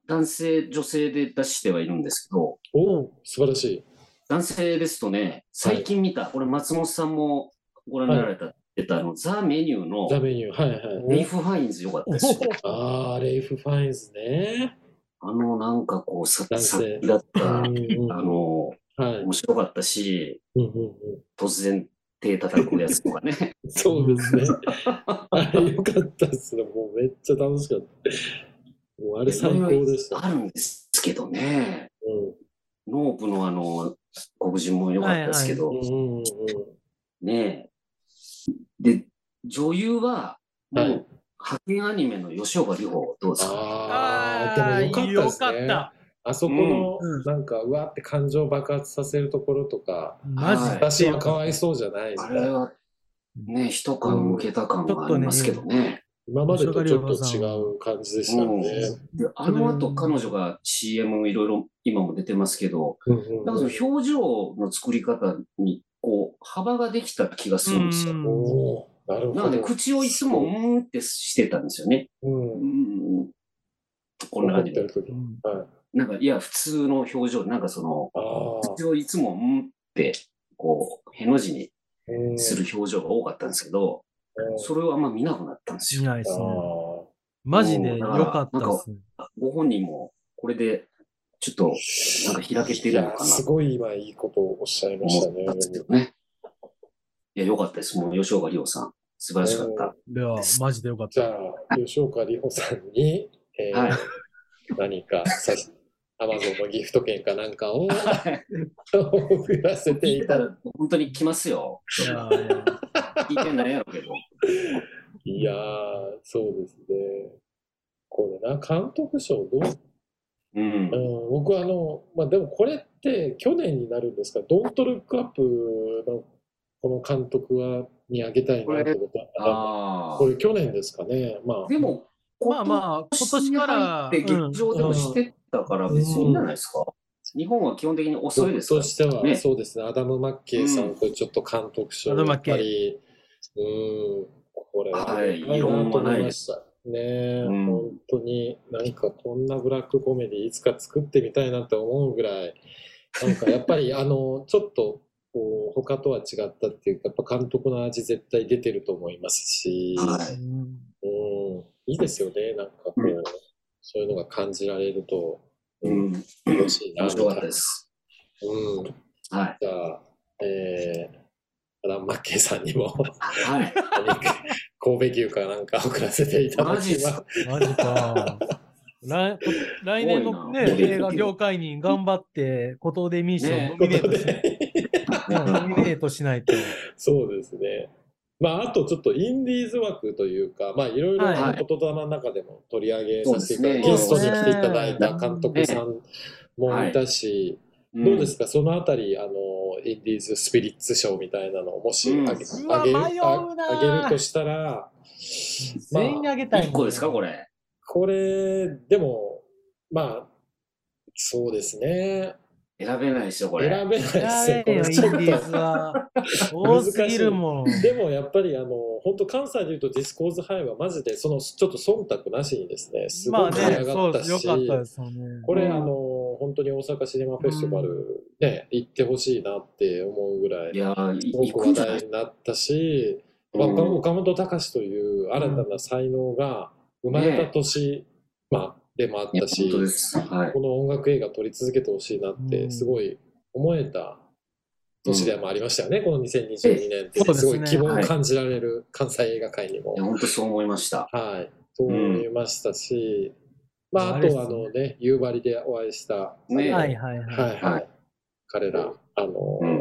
Speaker 3: 男性、女性で出してはいるんですけど、
Speaker 2: お素晴らしい。
Speaker 3: 男性ですとね、最近見た、これ松本さんもご覧になられた、出たあの、ザ・メニューの
Speaker 2: ザメニュー、はいはい。
Speaker 3: レイフ・ファインズよかったですよ。
Speaker 2: ああ、レイフ・ファインズね。
Speaker 3: あの、なんかこう、さ
Speaker 2: 男性
Speaker 3: さっきだった、あ
Speaker 2: うん
Speaker 3: の、
Speaker 2: はい。
Speaker 3: 面白かったし、
Speaker 2: うんうんう
Speaker 3: 突然手叩くやつとか ね。
Speaker 2: んそうですね。あれよかったっすね。もうめっちゃ楽しかった。もうあれ最高でした。
Speaker 3: あるんですけどね。
Speaker 2: うん
Speaker 3: ノープのあの、黒人も良かったですけど、
Speaker 2: うんうんうん
Speaker 3: ねえ。で、女優は、もう、
Speaker 2: はい
Speaker 3: 派遣アニメの吉岡里帆、どうですか
Speaker 2: ああ、でもよかったですね。あそこの
Speaker 1: うん
Speaker 2: なんかうわって感情爆発させるところとか、
Speaker 1: マジで。
Speaker 2: 私はかわいそうじゃないみ
Speaker 3: あ
Speaker 2: たい
Speaker 3: れ
Speaker 2: な。
Speaker 3: は、ね、一感抜けた感
Speaker 1: ちょ
Speaker 3: が
Speaker 1: っ
Speaker 3: あ
Speaker 1: とね
Speaker 3: りますけどね。
Speaker 2: 今までとちょっと違う感じでしたよね。
Speaker 3: で、あの後、彼女が CM いろいろ今も出てますけど、
Speaker 2: うんうん
Speaker 3: なんかその表情の作り方に、こう、幅ができた気がするんですよ。
Speaker 2: おおー、なるほ
Speaker 3: なので、
Speaker 2: ど。
Speaker 3: 口をいつもうーんってしてたんですよね。
Speaker 2: うん
Speaker 3: うんこんな感じ
Speaker 2: 怒っ
Speaker 3: で。
Speaker 2: てる時
Speaker 1: うん
Speaker 2: はい
Speaker 3: なんか、いや、普通の表情、なんかその、
Speaker 2: ああ
Speaker 3: 一応いつも、うんって、こう、への字に
Speaker 2: うん
Speaker 3: する表情が多かったんですけど、
Speaker 2: うん
Speaker 3: それをあんま見なくなったんで
Speaker 1: し
Speaker 3: すよ。
Speaker 1: ないですね。
Speaker 2: ああ
Speaker 1: マジで良かったですね。
Speaker 3: ご本人も、これで、ちょっと、なんか開けてるの
Speaker 2: い
Speaker 3: か
Speaker 2: や
Speaker 3: な
Speaker 2: す
Speaker 3: と
Speaker 2: ごい今いいことをおっしゃいました
Speaker 3: 思っ
Speaker 2: ね。
Speaker 3: たんですけどね。いや、良かったです。もう、吉岡里帆さん、素晴らしかった。
Speaker 1: いや、マジで良かっ
Speaker 2: じ
Speaker 1: た。
Speaker 2: ゃあ、吉岡里帆さんに、えー
Speaker 3: はい
Speaker 2: 何かさ、アマゾンのギフト券かなんか を送らせて
Speaker 3: 聞
Speaker 2: い
Speaker 3: い
Speaker 2: た
Speaker 3: た
Speaker 2: だ
Speaker 3: ら、本当に来ますよ。
Speaker 1: いやいや
Speaker 3: 聞いてないやろうけど。
Speaker 2: いやー、そうですね。これな、監督賞どう、
Speaker 3: うん
Speaker 2: う。ん、僕あの、まあでもこれって去年になるんですか、ドントルックアップのこの監督はにあげたいなってことだから、
Speaker 3: あ
Speaker 2: これ去年ですかね。まあ
Speaker 3: あ。でも、
Speaker 1: まあまあ、今年から、
Speaker 3: で、劇場でもしてたから別にいいんじゃないですか。日本は基本的に遅いですか
Speaker 2: としては、
Speaker 3: ね
Speaker 2: そうですね、アダム・マッケイさんとちょっと監督賞、
Speaker 1: うん
Speaker 2: やっぱり、うん、これは、
Speaker 3: はい
Speaker 2: いいなと思いました。ねえ、
Speaker 3: うん
Speaker 2: 本当に何かこんなブラックコメディいつか作ってみたいなって思うぐらい、なんかやっ ぱりあの、ちょっと、こう他とは違ったっていうか、やっぱ監督の味絶対出てると思いますし、
Speaker 3: は
Speaker 1: う
Speaker 3: い
Speaker 1: ん
Speaker 2: うん、いいですよね、なんかこう、
Speaker 3: うん
Speaker 2: そういうのが感じられると、
Speaker 3: ら。うん。
Speaker 2: 楽しいな、みた
Speaker 3: 面白
Speaker 2: い
Speaker 3: かっ
Speaker 2: な
Speaker 3: た。です。
Speaker 2: うん
Speaker 3: はい。
Speaker 2: じゃあ、えー、アダン・マッケイさんにも、
Speaker 3: はい。
Speaker 2: 神戸牛かなんか送らせていただ
Speaker 3: マジ
Speaker 2: き
Speaker 3: っす
Speaker 2: ます
Speaker 3: か。
Speaker 1: マジか。来来年のね、
Speaker 3: すごいな
Speaker 1: 映画業界に頑張って、ことでミッション
Speaker 3: ね
Speaker 1: ノ
Speaker 2: と
Speaker 1: ミネ
Speaker 2: いう
Speaker 1: ー
Speaker 2: こと
Speaker 1: トしない
Speaker 2: で、
Speaker 1: うんノミネートしないと。
Speaker 2: そうですね。まあ、あとちょっとインディーズ枠というか、まあ、いろいろ
Speaker 1: はい
Speaker 2: 言霊の中でも取り上げさせていただいて、
Speaker 3: そう
Speaker 2: ゲ
Speaker 3: で
Speaker 2: スト
Speaker 3: す
Speaker 2: に来て
Speaker 3: ね
Speaker 2: いただいた監督さんもいたし、どうですか、そのあたり、あの、インディーズスピリッツ賞みたいなのをもしあげ,、
Speaker 1: うん
Speaker 2: あげ
Speaker 1: うわ迷うな
Speaker 2: あ
Speaker 1: ー
Speaker 2: あげるとしたら、
Speaker 1: 全員にあげたいもん。
Speaker 3: ?1 個ですか、これ。
Speaker 2: これ、でも、まあ、そうですね。
Speaker 3: 選べないですよ、これ。
Speaker 2: 選べないですよ
Speaker 1: や、
Speaker 2: こ
Speaker 1: べえ
Speaker 2: れ
Speaker 1: よ、イン
Speaker 2: ちょっ
Speaker 1: ディーズは。多すぎるもん。
Speaker 2: と。でもやっぱりあの本当関西でいうとディスコーズハイはマジでそのちょっと忖度なしにですねす
Speaker 1: ま
Speaker 2: ご
Speaker 1: あ
Speaker 2: い
Speaker 1: ね
Speaker 2: 盛り上、が
Speaker 1: そ
Speaker 2: っ
Speaker 1: う
Speaker 2: た
Speaker 1: です。
Speaker 2: し、
Speaker 1: よかったですよね。
Speaker 2: これ
Speaker 3: うん
Speaker 2: あの本当に大阪シネマフェスティバルね、行ってほしいなって思うぐらい
Speaker 3: いやー、い
Speaker 2: 多
Speaker 3: 行
Speaker 2: く
Speaker 3: く
Speaker 2: 話
Speaker 3: んじゃない
Speaker 2: 題になったし、
Speaker 3: うん
Speaker 2: 岡岡本隆という新たな才能が生まれた年、まあ、でもあっ
Speaker 3: いや
Speaker 2: たし
Speaker 3: 本当です。はい。
Speaker 2: この音楽映画撮り続けてほしいなって、
Speaker 1: うん
Speaker 2: すごい思えた年でもありましたよね、この2022年って、
Speaker 1: ええ
Speaker 2: す
Speaker 1: そ
Speaker 2: ご
Speaker 1: うです
Speaker 2: い
Speaker 1: ね
Speaker 2: 希望を感じられる関西映画界にも
Speaker 3: いや、、本当そう思いました。
Speaker 2: はい、と思いましたし、
Speaker 1: うん
Speaker 2: まあ、あ
Speaker 1: あれです
Speaker 2: と
Speaker 1: ね
Speaker 2: あのね、夕張でお会いした、
Speaker 3: ね
Speaker 2: は
Speaker 1: はい
Speaker 2: い
Speaker 1: はいはい。
Speaker 2: はい、
Speaker 3: はい
Speaker 2: 彼ら、あのー
Speaker 3: うん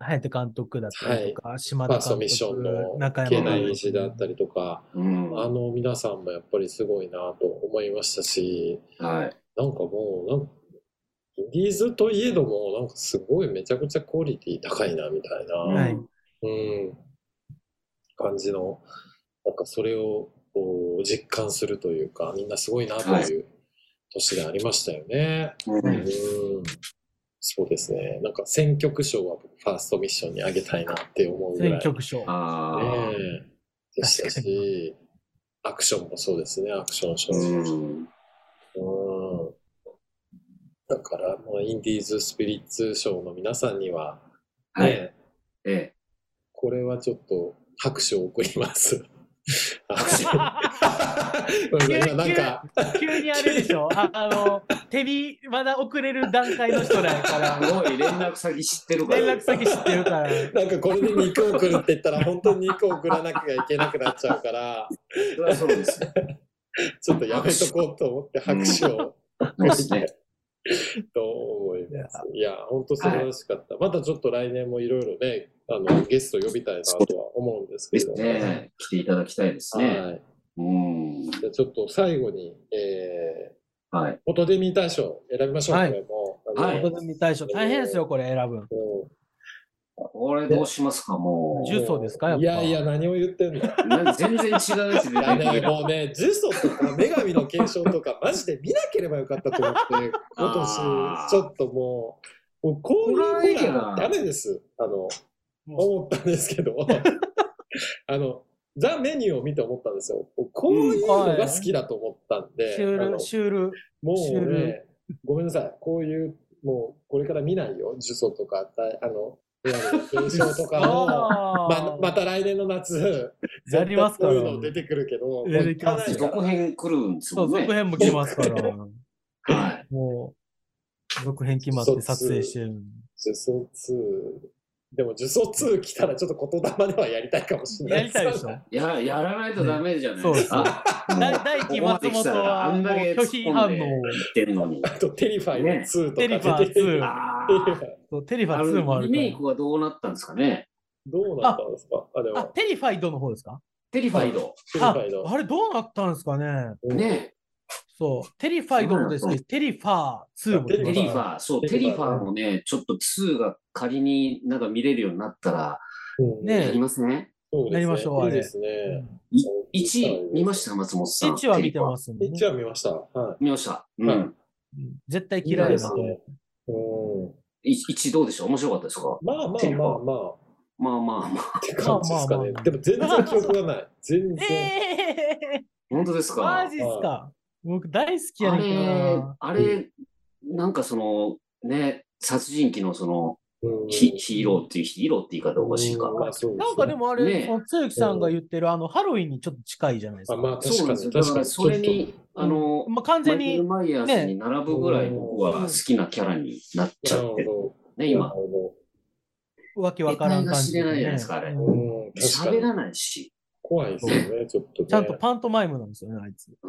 Speaker 1: 隼人監督だったりとか、島
Speaker 2: ま
Speaker 1: 田
Speaker 2: あ、そのミッ
Speaker 1: 監
Speaker 2: ショ
Speaker 1: 督、
Speaker 2: ンの
Speaker 1: 中
Speaker 2: 経
Speaker 1: 山
Speaker 2: 内
Speaker 1: 監
Speaker 2: 西だった
Speaker 1: 督。
Speaker 2: りとか、
Speaker 3: うん。
Speaker 2: あ
Speaker 3: は
Speaker 2: の皆さんもやっぱりすごいなと思いましたし、
Speaker 3: い。
Speaker 2: なんかもう、なんかインディーズといえども、なんかすごいめちゃくちゃクオリティ高いなみたいな、
Speaker 1: はい
Speaker 2: うん、感じの、なんかそれをこう実感するというか、みんなすごいなと
Speaker 3: はい
Speaker 2: いう年でありましたよね。
Speaker 3: う
Speaker 2: うんん、そうですね、なんか選曲賞は僕ファーストミッションにあげたいなって思うぐら
Speaker 1: 選
Speaker 2: い、ね
Speaker 1: 曲賞。
Speaker 3: あ
Speaker 2: え、でした
Speaker 1: 確か
Speaker 2: し、アクションもそうですね、アクション賞。
Speaker 3: あ。うん。
Speaker 2: うんだから、もうインディーズスピリッツ賞の皆さんには、ね、
Speaker 3: はい。ええ。
Speaker 2: これはちょっと拍手を送り ます。ごめんなさい今なんか、
Speaker 1: 急にあれでしょああの、手にまだ遅れる段階の人らやから、
Speaker 3: すごい連絡先知ってるから。
Speaker 1: 連絡先知ってる から。
Speaker 2: なんかこれで肉を送るって言ったら、本当に肉を送らなきゃいけなくなっちゃうから、
Speaker 3: それはそうですよ。
Speaker 2: ちょっとやめとこうと思って拍手を
Speaker 3: そうですね。
Speaker 2: と思います。いや、本当素晴らしかった。またちょっと来年もいろいろね、あの、ゲスト呼びたいなとは思うんですけ
Speaker 3: で
Speaker 2: れ
Speaker 3: す
Speaker 2: ども。
Speaker 3: ね。来ていただきたいですね。
Speaker 2: はい。
Speaker 3: うん。
Speaker 2: じゃあちょっと最後に、えー、
Speaker 3: はい。
Speaker 2: フォトデミー大賞選びましょう、
Speaker 1: はい
Speaker 2: これもう。
Speaker 3: はい
Speaker 2: あ
Speaker 1: こ
Speaker 2: の
Speaker 1: れ見たいでしょ大変ですよ、これ選ぶ。
Speaker 2: も
Speaker 3: これどうしますか、も
Speaker 1: ジュソですかやっ
Speaker 2: う
Speaker 1: ぱ
Speaker 2: いやいや、何を言ってんの
Speaker 3: う。な全然違うやつ出
Speaker 2: い
Speaker 3: て
Speaker 2: や
Speaker 3: く
Speaker 2: ね、
Speaker 3: る。
Speaker 2: も うね、呪詛とか女神の継承とか、マジで見なければよかったと思って、今
Speaker 3: あ
Speaker 2: 年、
Speaker 3: ー
Speaker 2: ちょっともう、もうこういうのはダメです。あの、
Speaker 1: も
Speaker 2: 思ったんですけど、あの、ザ・メニューを見て思ったんですよ。こういうのが好きだと思ったんで、
Speaker 1: シュ
Speaker 2: あ
Speaker 1: ー
Speaker 2: の
Speaker 1: ル、シュール。
Speaker 2: も
Speaker 1: シュー
Speaker 2: うね
Speaker 1: ル、
Speaker 2: ごめんなさい、こういう、もうこれから見ないよ、呪詛とか、たあの、リアルな検証とか も、ま
Speaker 1: あ
Speaker 2: また来年の夏、
Speaker 1: やりますから
Speaker 2: 絶対こういうの出てくるけど、もう
Speaker 1: 出て
Speaker 2: 行
Speaker 1: き
Speaker 2: か
Speaker 1: ま
Speaker 2: な
Speaker 1: す
Speaker 2: い
Speaker 1: よ
Speaker 2: から
Speaker 3: 続編来るんです
Speaker 1: そ
Speaker 3: も
Speaker 1: う、
Speaker 3: んね。
Speaker 1: 続編も来ますから。
Speaker 3: はい。
Speaker 1: もう、続編決まって撮影してる。
Speaker 2: 呪詛2。でも、呪詛2来たらちょっと言霊ではやりたいかもしれな
Speaker 1: や
Speaker 2: い
Speaker 1: りたい でしょ。
Speaker 3: や、やらないとダメじゃない
Speaker 1: そう
Speaker 3: ですか。
Speaker 1: だ大輝松本は、もう拒否反応を。
Speaker 3: 言ってるのに。
Speaker 2: あと、テリファイの2
Speaker 1: テリ
Speaker 2: と
Speaker 1: フ
Speaker 2: か
Speaker 1: ァ
Speaker 2: 出て
Speaker 1: 2。
Speaker 3: あ
Speaker 2: テリファイ
Speaker 1: そうテリフ
Speaker 3: あ、
Speaker 1: ァ2もある
Speaker 3: リ
Speaker 1: か
Speaker 3: メイクはどうなったんですかね。
Speaker 2: どうなったんですかあ、で
Speaker 1: ら。あ、
Speaker 2: も、
Speaker 1: テリファイドの方ですか
Speaker 3: テリファイド。
Speaker 2: テリフ
Speaker 1: あ
Speaker 2: ァイの。
Speaker 1: あれどうなったんですかね
Speaker 3: ね、
Speaker 1: そう、テリファイドもですけど、テリファー2も出
Speaker 2: テ
Speaker 1: て
Speaker 3: テ
Speaker 1: ま
Speaker 2: リファー
Speaker 1: す
Speaker 3: リファー、そう、
Speaker 2: テ
Speaker 3: テ
Speaker 2: リ
Speaker 3: リ
Speaker 2: フ
Speaker 3: フ
Speaker 2: ァー
Speaker 3: ァーもね、ちょっと2が仮になんか見れるようになったら、
Speaker 2: うん
Speaker 1: ねえ
Speaker 3: やりますね。
Speaker 2: そうです
Speaker 1: や
Speaker 2: ね
Speaker 1: りましょうあれ
Speaker 2: いいですね。
Speaker 3: い
Speaker 2: そう
Speaker 3: 1見ました、松本さん。
Speaker 1: 1は見てますもんね。
Speaker 2: 一は見ました。はい。
Speaker 3: テリファー。見ました。う
Speaker 2: はい
Speaker 3: ん。
Speaker 1: うん絶対嫌いなと
Speaker 2: い
Speaker 1: 思
Speaker 2: いで
Speaker 1: う。
Speaker 2: すねうん。
Speaker 3: 1どうでしょう面白かったですか
Speaker 2: まあま
Speaker 3: テ
Speaker 2: あ
Speaker 3: リフ
Speaker 2: ま
Speaker 3: ァ
Speaker 2: あまあ。
Speaker 3: まあまあまあ。
Speaker 2: って感じです
Speaker 1: まあ
Speaker 2: かね
Speaker 1: まあま。あ
Speaker 2: でも全然記憶がない。全
Speaker 1: え
Speaker 2: 然。
Speaker 1: え
Speaker 3: 本当です
Speaker 1: ー、
Speaker 3: か
Speaker 1: マジっすか。僕大好きや
Speaker 3: あ
Speaker 1: ねんけど
Speaker 3: れ
Speaker 1: な、。
Speaker 3: あれ、なんかその、ね、殺人鬼のその、
Speaker 2: うん
Speaker 3: ヒヒーローっていう、ヒーローって言い方おかしいか。
Speaker 2: うんまあそうですね
Speaker 1: なんかでもあれ、
Speaker 3: ねえ
Speaker 1: そのつゆきさんが言ってるあのハロウィンにちょっと近いじゃないです
Speaker 2: あ
Speaker 1: か。
Speaker 2: まあ確
Speaker 3: そう
Speaker 2: か
Speaker 3: なんです
Speaker 2: に
Speaker 3: よ。だ
Speaker 2: 確
Speaker 3: か
Speaker 2: からに。
Speaker 3: それに、あの、
Speaker 1: まあ、完
Speaker 3: マ
Speaker 1: 全
Speaker 3: イケル・
Speaker 1: に、
Speaker 3: マイヤーズに並ぶぐらい
Speaker 2: ね
Speaker 3: 僕は好きなキャラになっ
Speaker 2: ち
Speaker 3: ち
Speaker 2: ょ
Speaker 3: ゃ
Speaker 2: っと。な
Speaker 3: って
Speaker 2: る
Speaker 3: る
Speaker 2: ほ
Speaker 3: ね、
Speaker 2: ど。なる
Speaker 3: 今。
Speaker 2: ほ
Speaker 1: わけわからん感じ、
Speaker 3: 得体が知れないじゃないですかあれ
Speaker 1: う
Speaker 2: ど。
Speaker 1: ん
Speaker 2: うん確
Speaker 3: 喋
Speaker 2: からに。
Speaker 3: ないし、
Speaker 2: 怖いですよね、ちょっとね。
Speaker 1: ちゃんとパントマイムなんですよね、あいつ。
Speaker 3: うん、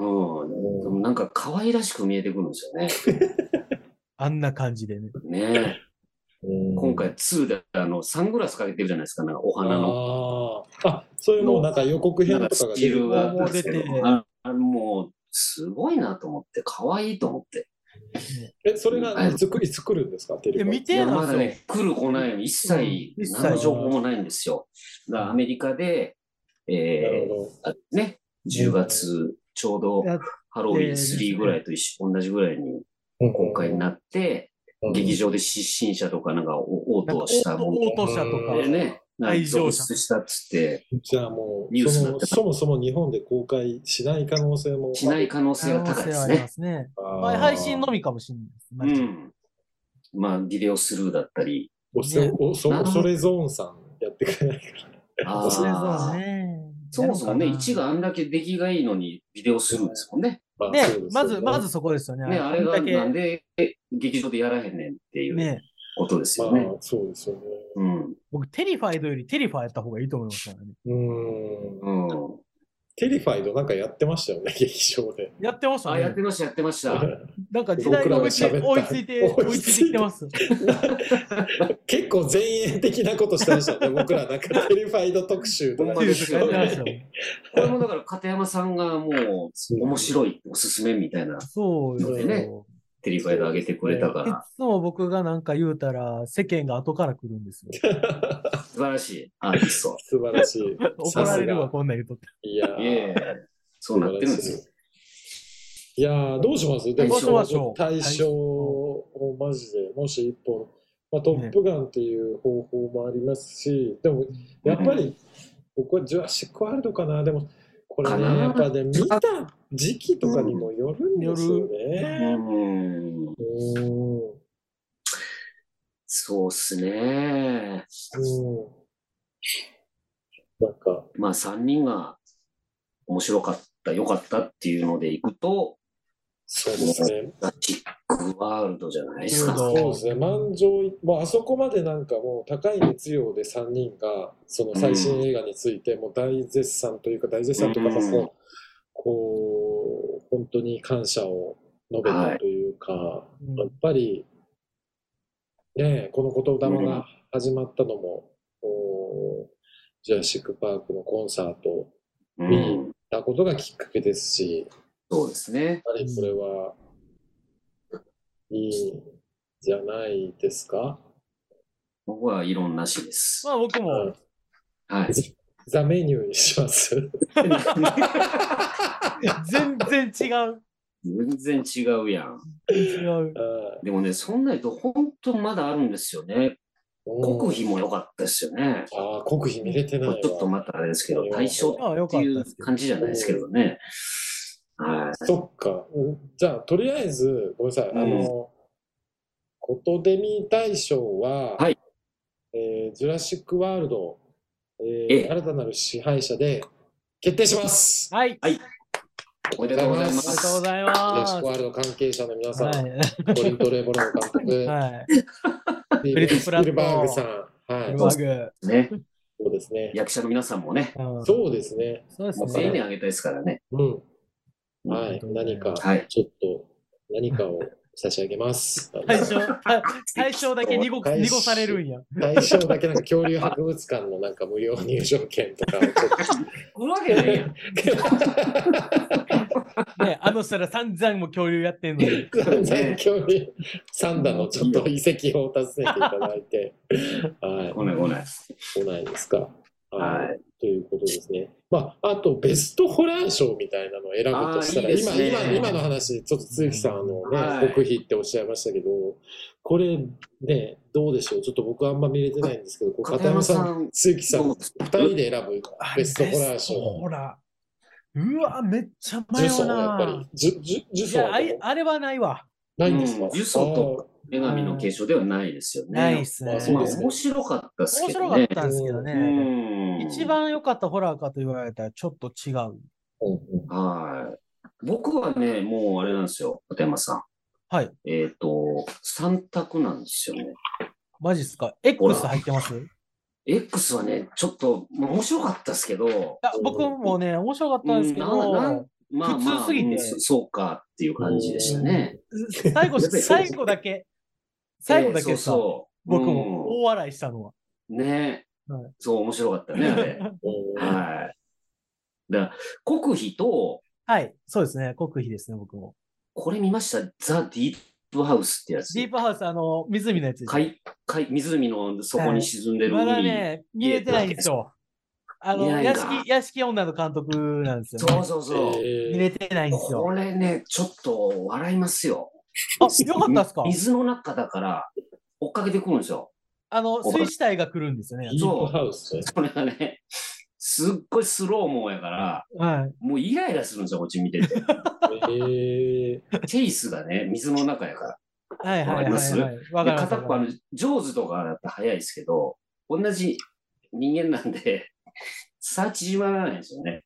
Speaker 3: でもなんか可愛らしく見えてくるんですよね。
Speaker 1: あんな感じでね。
Speaker 3: ねえ
Speaker 2: うん
Speaker 3: 今回2であのサングラスかけてるじゃないですか、なんかお花の。
Speaker 2: あーあ、そういうもうなんか予告編
Speaker 3: なん
Speaker 2: と
Speaker 3: か
Speaker 2: か
Speaker 3: ス
Speaker 2: が
Speaker 3: チール
Speaker 1: が
Speaker 3: が出て
Speaker 1: もう出て
Speaker 3: ああもうすごいなと思って、可愛いと思って。
Speaker 2: え、それがいつくいつ来るんですかテ
Speaker 1: い
Speaker 2: レ
Speaker 1: や、
Speaker 2: ビ
Speaker 1: 見
Speaker 3: い
Speaker 1: て
Speaker 3: や、
Speaker 1: なん
Speaker 3: ま
Speaker 1: です
Speaker 3: だ
Speaker 1: よ。
Speaker 3: ね、来る来ないの一
Speaker 1: うん
Speaker 3: 切
Speaker 1: 一切
Speaker 3: 何の情報もないんですよ。だからアメリカで、
Speaker 2: な
Speaker 3: え
Speaker 2: るほ
Speaker 3: ーあね、10月ちょうど
Speaker 1: やっ
Speaker 3: ハロウィン
Speaker 1: で
Speaker 3: 3ぐらいと一緒、同じぐらいに
Speaker 2: ど。
Speaker 3: 公開になって、
Speaker 2: うん
Speaker 3: 劇場で失神者とかなんかお
Speaker 1: なん
Speaker 3: 嘔
Speaker 1: か
Speaker 3: 吐したも
Speaker 1: オート
Speaker 2: と
Speaker 1: オート車とか。
Speaker 3: んでね、なんか
Speaker 1: 来場者
Speaker 3: 増出したっつって、
Speaker 2: じゃあもう
Speaker 3: ニュース
Speaker 2: そ
Speaker 3: になっ
Speaker 2: の
Speaker 3: てます
Speaker 2: そもそも日本で公開しない可能性も。
Speaker 3: しない可能性が高いです
Speaker 1: ありま
Speaker 3: ね。
Speaker 1: すね。
Speaker 2: あー
Speaker 1: まあ、配信のみかもしれ
Speaker 3: う
Speaker 1: ないです。
Speaker 3: ん。まあ、ビデオスルーだったり、
Speaker 2: おそ
Speaker 1: ね
Speaker 2: おそ恐れゾーンさんやってくれないか
Speaker 3: あ
Speaker 1: それ
Speaker 3: あ
Speaker 1: ぞれね。
Speaker 3: そもそもね、
Speaker 1: やるかな
Speaker 3: 1があんだけ出来がいいのにビデオスルーですもんね。
Speaker 2: ら。あ
Speaker 1: ね
Speaker 2: そうですよ、
Speaker 1: まず、まずそこですよね。
Speaker 3: ね、あれ
Speaker 1: あ
Speaker 3: が
Speaker 1: んだけ
Speaker 3: なんで劇場でやらへんねんっていう
Speaker 1: ね、
Speaker 3: ことです
Speaker 2: ま
Speaker 3: よ
Speaker 2: あ
Speaker 3: ね。、
Speaker 2: そうですよね。
Speaker 3: うん。
Speaker 1: 僕、テリファイドよりテリファイやった方がいいと思いますからね。
Speaker 2: うーん。
Speaker 3: うん。
Speaker 2: テリファイドなんかやってましたよね、劇場で。
Speaker 1: やってました
Speaker 3: あ、やっ
Speaker 1: ね
Speaker 3: て。ました、やってました。
Speaker 1: なんか時代の口
Speaker 2: 僕らが喋った
Speaker 1: 追いついて、
Speaker 2: 追
Speaker 1: 追
Speaker 2: い
Speaker 1: い
Speaker 2: つ
Speaker 1: つ
Speaker 2: い
Speaker 1: い
Speaker 2: て
Speaker 1: てきてます。
Speaker 2: 結構前衛的なことしてましたよね、僕らなんかテリファイド特集とか
Speaker 3: ほんま
Speaker 1: テ
Speaker 3: で
Speaker 1: リ
Speaker 3: す
Speaker 1: ファイドやってましたよ
Speaker 3: これもだから片山さんがもう 面白い、おすすめみたいな
Speaker 1: そうよ。
Speaker 2: ね
Speaker 3: テリファイド上げてくれたか
Speaker 1: い
Speaker 3: ら、
Speaker 1: つも僕がなんか言うたら、世間が後から来るんです よ。
Speaker 3: 素晴らしいアーティス ト。
Speaker 2: 素晴らしい。
Speaker 1: 怒られるわ、
Speaker 2: さ
Speaker 1: こんなん言うとって。
Speaker 2: すがいやー
Speaker 3: いえいえ、そうなってるんですよ。
Speaker 2: いやーどうしますでも
Speaker 3: ど
Speaker 1: うしましょう
Speaker 2: 対象をマジでもし一本、まあ、トップガンっていう方法もありますし、でもやっぱり僕はジュラシックワールドかなでもこれね
Speaker 3: かな
Speaker 2: やっぱね見た時期とかにもよるんですよ
Speaker 3: う
Speaker 2: ね。
Speaker 3: ん。
Speaker 2: うん
Speaker 3: そうっすね。
Speaker 2: うんなんか、
Speaker 3: まあ3人が面白かった、良かったっていうのでいくと、
Speaker 2: そうですね。
Speaker 3: ラティックワールドじゃないですか。
Speaker 1: そう
Speaker 2: そうですね。満場一、もうあそこまでなんかもう高い熱量で3人が、その最新映画について、もう大絶賛というか、大絶賛というか、
Speaker 3: うん
Speaker 2: もうこう、本当に感謝を述べたというか、
Speaker 1: い
Speaker 2: やっぱり、ねえ、この言霊が始まったのも、こうジュラシック・パークのコンサート
Speaker 3: うん。
Speaker 2: だことがきっかけですし、
Speaker 3: そうですね。
Speaker 2: やっぱりそれはいいんじゃないですか、
Speaker 3: 僕は異論なしです
Speaker 1: ま。あ僕
Speaker 2: う
Speaker 1: も
Speaker 2: ん、
Speaker 3: はい。
Speaker 2: ザメニューにします。
Speaker 1: 全然違う。
Speaker 3: 全然違うやん。
Speaker 1: 違う。
Speaker 2: うん
Speaker 3: でもね、そんな人、本当まだあるんですよね。国費も良かったですよね。
Speaker 2: ああ、国費見れて
Speaker 3: ち
Speaker 2: ないわ。
Speaker 3: ょっとまたあれですけど、
Speaker 2: うん
Speaker 3: 対象
Speaker 1: ああ、よ
Speaker 3: って
Speaker 1: かっ
Speaker 3: い
Speaker 1: た
Speaker 3: う
Speaker 1: ですけど。
Speaker 3: 感じじゃないですけどね。はい。
Speaker 2: そっか。うんじゃあ、とりあえず、ごめんなさい。あ
Speaker 3: うん
Speaker 2: の、ことデミ大賞は、
Speaker 3: はい
Speaker 2: えージュラシック・ワールド、えー
Speaker 3: ええ
Speaker 2: 新たなる支配者で決定します
Speaker 1: はい。あり
Speaker 3: おめでとうございま
Speaker 2: おめ
Speaker 1: が
Speaker 2: で
Speaker 1: とう
Speaker 3: す
Speaker 1: ご。ざい
Speaker 2: ジュ
Speaker 1: ま
Speaker 2: ラシ
Speaker 1: す
Speaker 2: ック・。ワールド関係者の皆さん、
Speaker 1: は
Speaker 2: コリント・レボロン監督、
Speaker 1: い。はい。
Speaker 2: スティー
Speaker 1: フリッ
Speaker 2: ブン・
Speaker 1: ツ
Speaker 2: ス
Speaker 1: プラット
Speaker 2: ピルバーグさん、は
Speaker 1: フ
Speaker 2: い
Speaker 1: ル、バーグ。
Speaker 3: ね。
Speaker 2: そうですね。
Speaker 3: 役者の皆さんもね、
Speaker 1: うんそ
Speaker 2: そうですね。
Speaker 1: うです
Speaker 3: もう
Speaker 1: ね。
Speaker 3: 全員にあげたいですからね。
Speaker 2: うん。
Speaker 3: うん
Speaker 2: はい。何か、
Speaker 3: はい。
Speaker 2: ちょっと、何かを差し上げます。
Speaker 1: 対象、た対象だけ濁
Speaker 2: 対象
Speaker 1: 濁されるんや。
Speaker 2: 対象だけなんか恐竜博物館のなんか無料入場券とかをちょっ
Speaker 3: こるわけないやん。
Speaker 1: ね、あの人ら散々もう恐竜やってんの に。
Speaker 2: と全然恐竜三段のちょっと遺跡を訪ねていただいてはい
Speaker 3: ごめんごめん。
Speaker 2: 来ないですかはい、
Speaker 3: はい。
Speaker 2: ということですねまああとベストホラー賞みたいなのを選ぶとしたら
Speaker 3: あーいいですね
Speaker 2: 今今今の話ちょっと鈴木さんあのね、
Speaker 3: はい
Speaker 2: 国費っておっしゃいましたけどこれねどうでしょうちょっと僕あんま見れてないんですけどこう片山さん
Speaker 3: ん、
Speaker 2: 鈴木さん
Speaker 3: どう
Speaker 2: 2
Speaker 3: です
Speaker 2: 人で選ぶベストホラー
Speaker 1: ベスト
Speaker 2: 賞
Speaker 1: ホラーうわ、めっちゃ迷
Speaker 2: ジュソ
Speaker 1: う
Speaker 2: ンはやっぱり
Speaker 1: な。
Speaker 2: ジュジュジュ
Speaker 1: い
Speaker 2: ソン
Speaker 1: や、あ
Speaker 2: はい
Speaker 1: あれはないわ。
Speaker 2: ないんです
Speaker 3: う
Speaker 2: か
Speaker 3: んジュソンと女神の継承ではないですよね。
Speaker 1: ないっすね。
Speaker 2: あそう
Speaker 3: まあ、
Speaker 2: ですね
Speaker 3: 面白かったです
Speaker 1: 面
Speaker 3: け
Speaker 1: 白
Speaker 3: ど
Speaker 1: かっ
Speaker 3: ね。
Speaker 1: たんですけどね。
Speaker 3: うん。
Speaker 1: 一。番良かったホラーかと言われたらちょっと違う。
Speaker 2: あーうんうん
Speaker 3: はい。僕はね、もうあれなんですよ、片山さん。
Speaker 1: はい。
Speaker 3: えっ、と、三択なんですよね。
Speaker 1: マジっすか ?X 入ってます
Speaker 3: X はね、ちょっと、まあ、面白かったですけど
Speaker 1: い、や僕もね、面白かったんですけ
Speaker 3: うんなな
Speaker 1: ど、
Speaker 3: まあまあ、
Speaker 1: 普通すぎて
Speaker 3: うんそそうかっていう感じでしたね。
Speaker 1: 最後、
Speaker 3: やっぱり
Speaker 1: 最後だけ、最後だけ
Speaker 3: えー
Speaker 1: さ、
Speaker 3: そうそう。
Speaker 1: 僕も大笑いしたのは。
Speaker 3: うんね、
Speaker 1: はい
Speaker 3: そう、面白かったね、あれ。はい。だから国費と、
Speaker 1: はい、そうですね、国費ですね、僕も。
Speaker 3: これ見ましたザ・ディープハウスってやつ。
Speaker 1: ディープハウス、あの、湖のやつです。
Speaker 3: 海海湖の底に沈んでる
Speaker 1: ま
Speaker 3: 海。
Speaker 1: だね、見れてないんですよ。あの、
Speaker 3: 見ないん
Speaker 1: 屋
Speaker 3: だ
Speaker 1: 敷、屋敷女の監督なんですよ、
Speaker 3: そう
Speaker 1: ね。
Speaker 3: そうそう。
Speaker 1: 見
Speaker 2: え
Speaker 1: れてないんです
Speaker 3: こ
Speaker 1: よ。
Speaker 3: れね、ちょっと笑いますよ。
Speaker 1: あ、よかったっすか
Speaker 3: み水の中だから、追っかけてくるんですよ。
Speaker 1: あの、
Speaker 3: お
Speaker 1: 水死体が来るんですよね
Speaker 2: ー、デ。ィープハウ スね
Speaker 3: それがね、すっごいスローモーやから、
Speaker 1: はい。
Speaker 3: もうイライラするんですよ、こっち見て て。
Speaker 2: え
Speaker 3: チェイスがね、水の中やか
Speaker 1: はいはい
Speaker 3: わか
Speaker 1: は
Speaker 3: り
Speaker 1: い、
Speaker 3: ます
Speaker 1: はい。わかり
Speaker 3: ら。で
Speaker 1: ます
Speaker 3: 片っぽ、あの、ジョーズとかだったら早いですけど、同じ人間なんで、差縮まらないんですよね。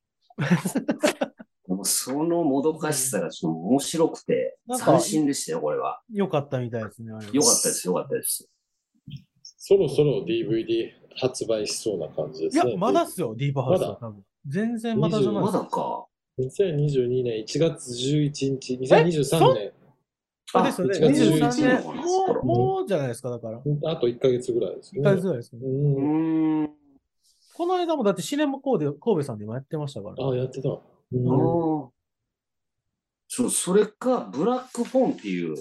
Speaker 3: もうそのもどかしさがちょっと面白くて
Speaker 1: な、んか
Speaker 3: 斬新でしたよ、これは。
Speaker 1: よかったみたいですね。あれ
Speaker 3: よかったです、よかったです。
Speaker 2: そろそろ DVD 発売しそうな感じで
Speaker 1: い
Speaker 2: す
Speaker 1: や
Speaker 2: ね。、
Speaker 1: まだっすよ、ディープハウスは
Speaker 2: ま
Speaker 1: 多分。全然まだじゃないです
Speaker 3: まだ
Speaker 1: か。
Speaker 3: か。
Speaker 2: 2022年1月11日、2023年、
Speaker 1: あ、ですよね。
Speaker 2: 1月
Speaker 1: 23
Speaker 2: 11
Speaker 1: 年。
Speaker 3: 日
Speaker 1: もう、もうじゃないですか、だから。
Speaker 2: あと1ヶ月ぐらいです
Speaker 1: 一
Speaker 2: ね。
Speaker 1: 回ずらいですね。
Speaker 3: う
Speaker 2: うん
Speaker 3: ーん。
Speaker 1: この間もだってシネマコーデ神戸さんでもやってましたから。
Speaker 2: あ、やってた。うん
Speaker 3: ああ。そう、それか、ブラックフォンっていう。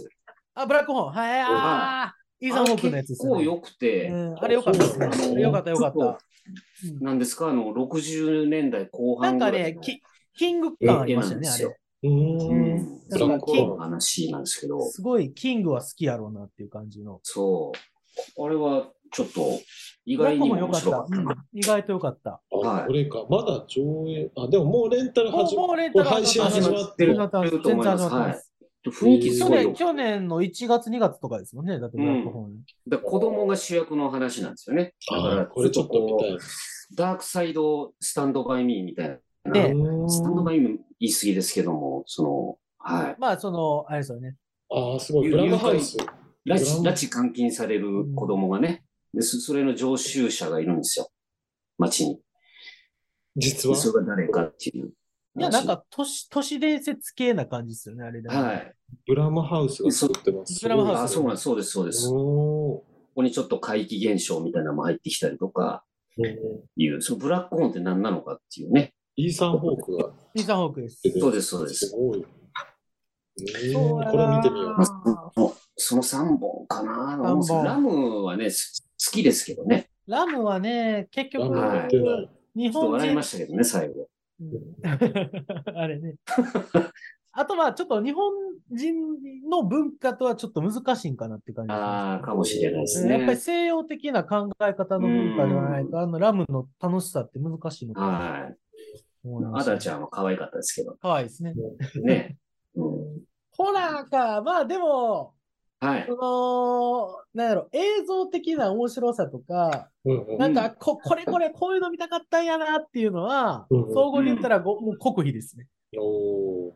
Speaker 1: あ、ブラックホーン。はい、あーイーサン・ホークのやつです
Speaker 3: あれ結構
Speaker 1: ね。
Speaker 3: 良くて、
Speaker 1: うんあれよかったですね。あれよかったよかっ。
Speaker 3: ちょったなんですか、あの、60年代後
Speaker 1: な
Speaker 3: 半
Speaker 1: ん
Speaker 3: ぐら
Speaker 1: か
Speaker 3: い
Speaker 1: ね、
Speaker 3: の
Speaker 1: キキング感ありましたね、あれ。
Speaker 2: う
Speaker 3: うんん。
Speaker 1: な
Speaker 3: ブ
Speaker 1: ん
Speaker 3: ラ
Speaker 1: か
Speaker 3: ックフォンの話なんですけど、
Speaker 1: すごいキングは好きやろうなっていう感じの。
Speaker 3: そう。あれはちょっと、意
Speaker 1: ブラ
Speaker 3: 外
Speaker 1: ック
Speaker 3: に
Speaker 1: ホー
Speaker 3: も
Speaker 1: ンよ
Speaker 3: 面
Speaker 1: かった
Speaker 3: 白かっ。た
Speaker 1: うん
Speaker 3: な。
Speaker 1: 意外とよかった。
Speaker 2: あ
Speaker 3: はい
Speaker 2: これか。まだ上映。あ、でももうレンタル
Speaker 1: もう
Speaker 2: 始ま
Speaker 1: もうレン
Speaker 2: こ
Speaker 1: タ
Speaker 2: れ
Speaker 1: ル
Speaker 2: 配信始まって
Speaker 1: 始ま
Speaker 2: る。
Speaker 1: ってます
Speaker 3: 始まってると思います
Speaker 1: 全然始まってます
Speaker 3: 雰囲気す
Speaker 1: 去
Speaker 3: ごいよ
Speaker 1: 年、。去年の1月、2月とかですもんね、だってブラックホーン。
Speaker 3: だから子供が主役の話なんですよね。だか
Speaker 2: あ
Speaker 3: ら、
Speaker 2: これちょっと見たい。
Speaker 3: ダークサイドスタンドバイミーみたいな。
Speaker 1: ね
Speaker 2: うん
Speaker 3: スタンドバイミー言い過ぎですけども、その、はい。
Speaker 1: まあ、その、あれですよね。
Speaker 2: あー、すごい。クラブハウス。
Speaker 3: 拉
Speaker 2: ドラ
Speaker 3: 致、
Speaker 2: マ
Speaker 3: 拉致監禁される子供がね、でそそれの常習者がいるんですよ。町に。
Speaker 2: 実
Speaker 3: で
Speaker 2: は。
Speaker 3: それが誰かっていう。
Speaker 1: いや、なん、か都市、都市伝説系な感じですよね、あれだ。
Speaker 3: はい。
Speaker 2: ブラムハウスが作ってます。
Speaker 1: ブラムハウス
Speaker 3: あ、そうなんです、そうです、そうです。こ
Speaker 2: おー
Speaker 3: こにちょっと怪奇現象みたいなのも入ってきたりとか、
Speaker 2: うん
Speaker 3: いう、そのブラックホーンって何なのかっていうね。
Speaker 2: イーサン・ホークが
Speaker 1: イーサン・ホークです。
Speaker 2: 出て
Speaker 3: そう
Speaker 2: る。
Speaker 3: です、そうですす。
Speaker 2: ごい。ええ
Speaker 1: そうやな
Speaker 2: これ見てみよう。
Speaker 3: おその3本かな
Speaker 1: 三本
Speaker 3: ラムはね、す好きですけどね。
Speaker 1: ラムはね、結
Speaker 2: ラ
Speaker 1: 局
Speaker 2: ム、
Speaker 3: は
Speaker 2: やってない。
Speaker 1: 日
Speaker 3: ちょっと
Speaker 1: 本
Speaker 3: 笑い
Speaker 1: 人
Speaker 3: ま、したけどね、最後。
Speaker 1: うんあれね。あとはちょっと日本人の文化とはちょっと難しいんかなって感じですね
Speaker 3: ああ、かもしれないで
Speaker 1: や
Speaker 3: す
Speaker 1: っぱり
Speaker 3: ね。
Speaker 1: 西洋的な考え方の文化ではないと、あのラムの楽しさって難しいのかな
Speaker 3: はい。
Speaker 1: と思いま
Speaker 3: ア
Speaker 1: す。
Speaker 3: ダちゃんは可愛かったですけど、
Speaker 1: かわいいですね。
Speaker 3: ね。うん、
Speaker 1: ホラーか、まあでも、
Speaker 3: はい。
Speaker 1: その、なんやろ、映像的な面白さとか、
Speaker 2: うんうん
Speaker 1: なんかこ、これこれこういうの見たかったんやなっていうのは、
Speaker 2: うん
Speaker 1: 総合で言ったらご、もう国費ですね。
Speaker 2: おー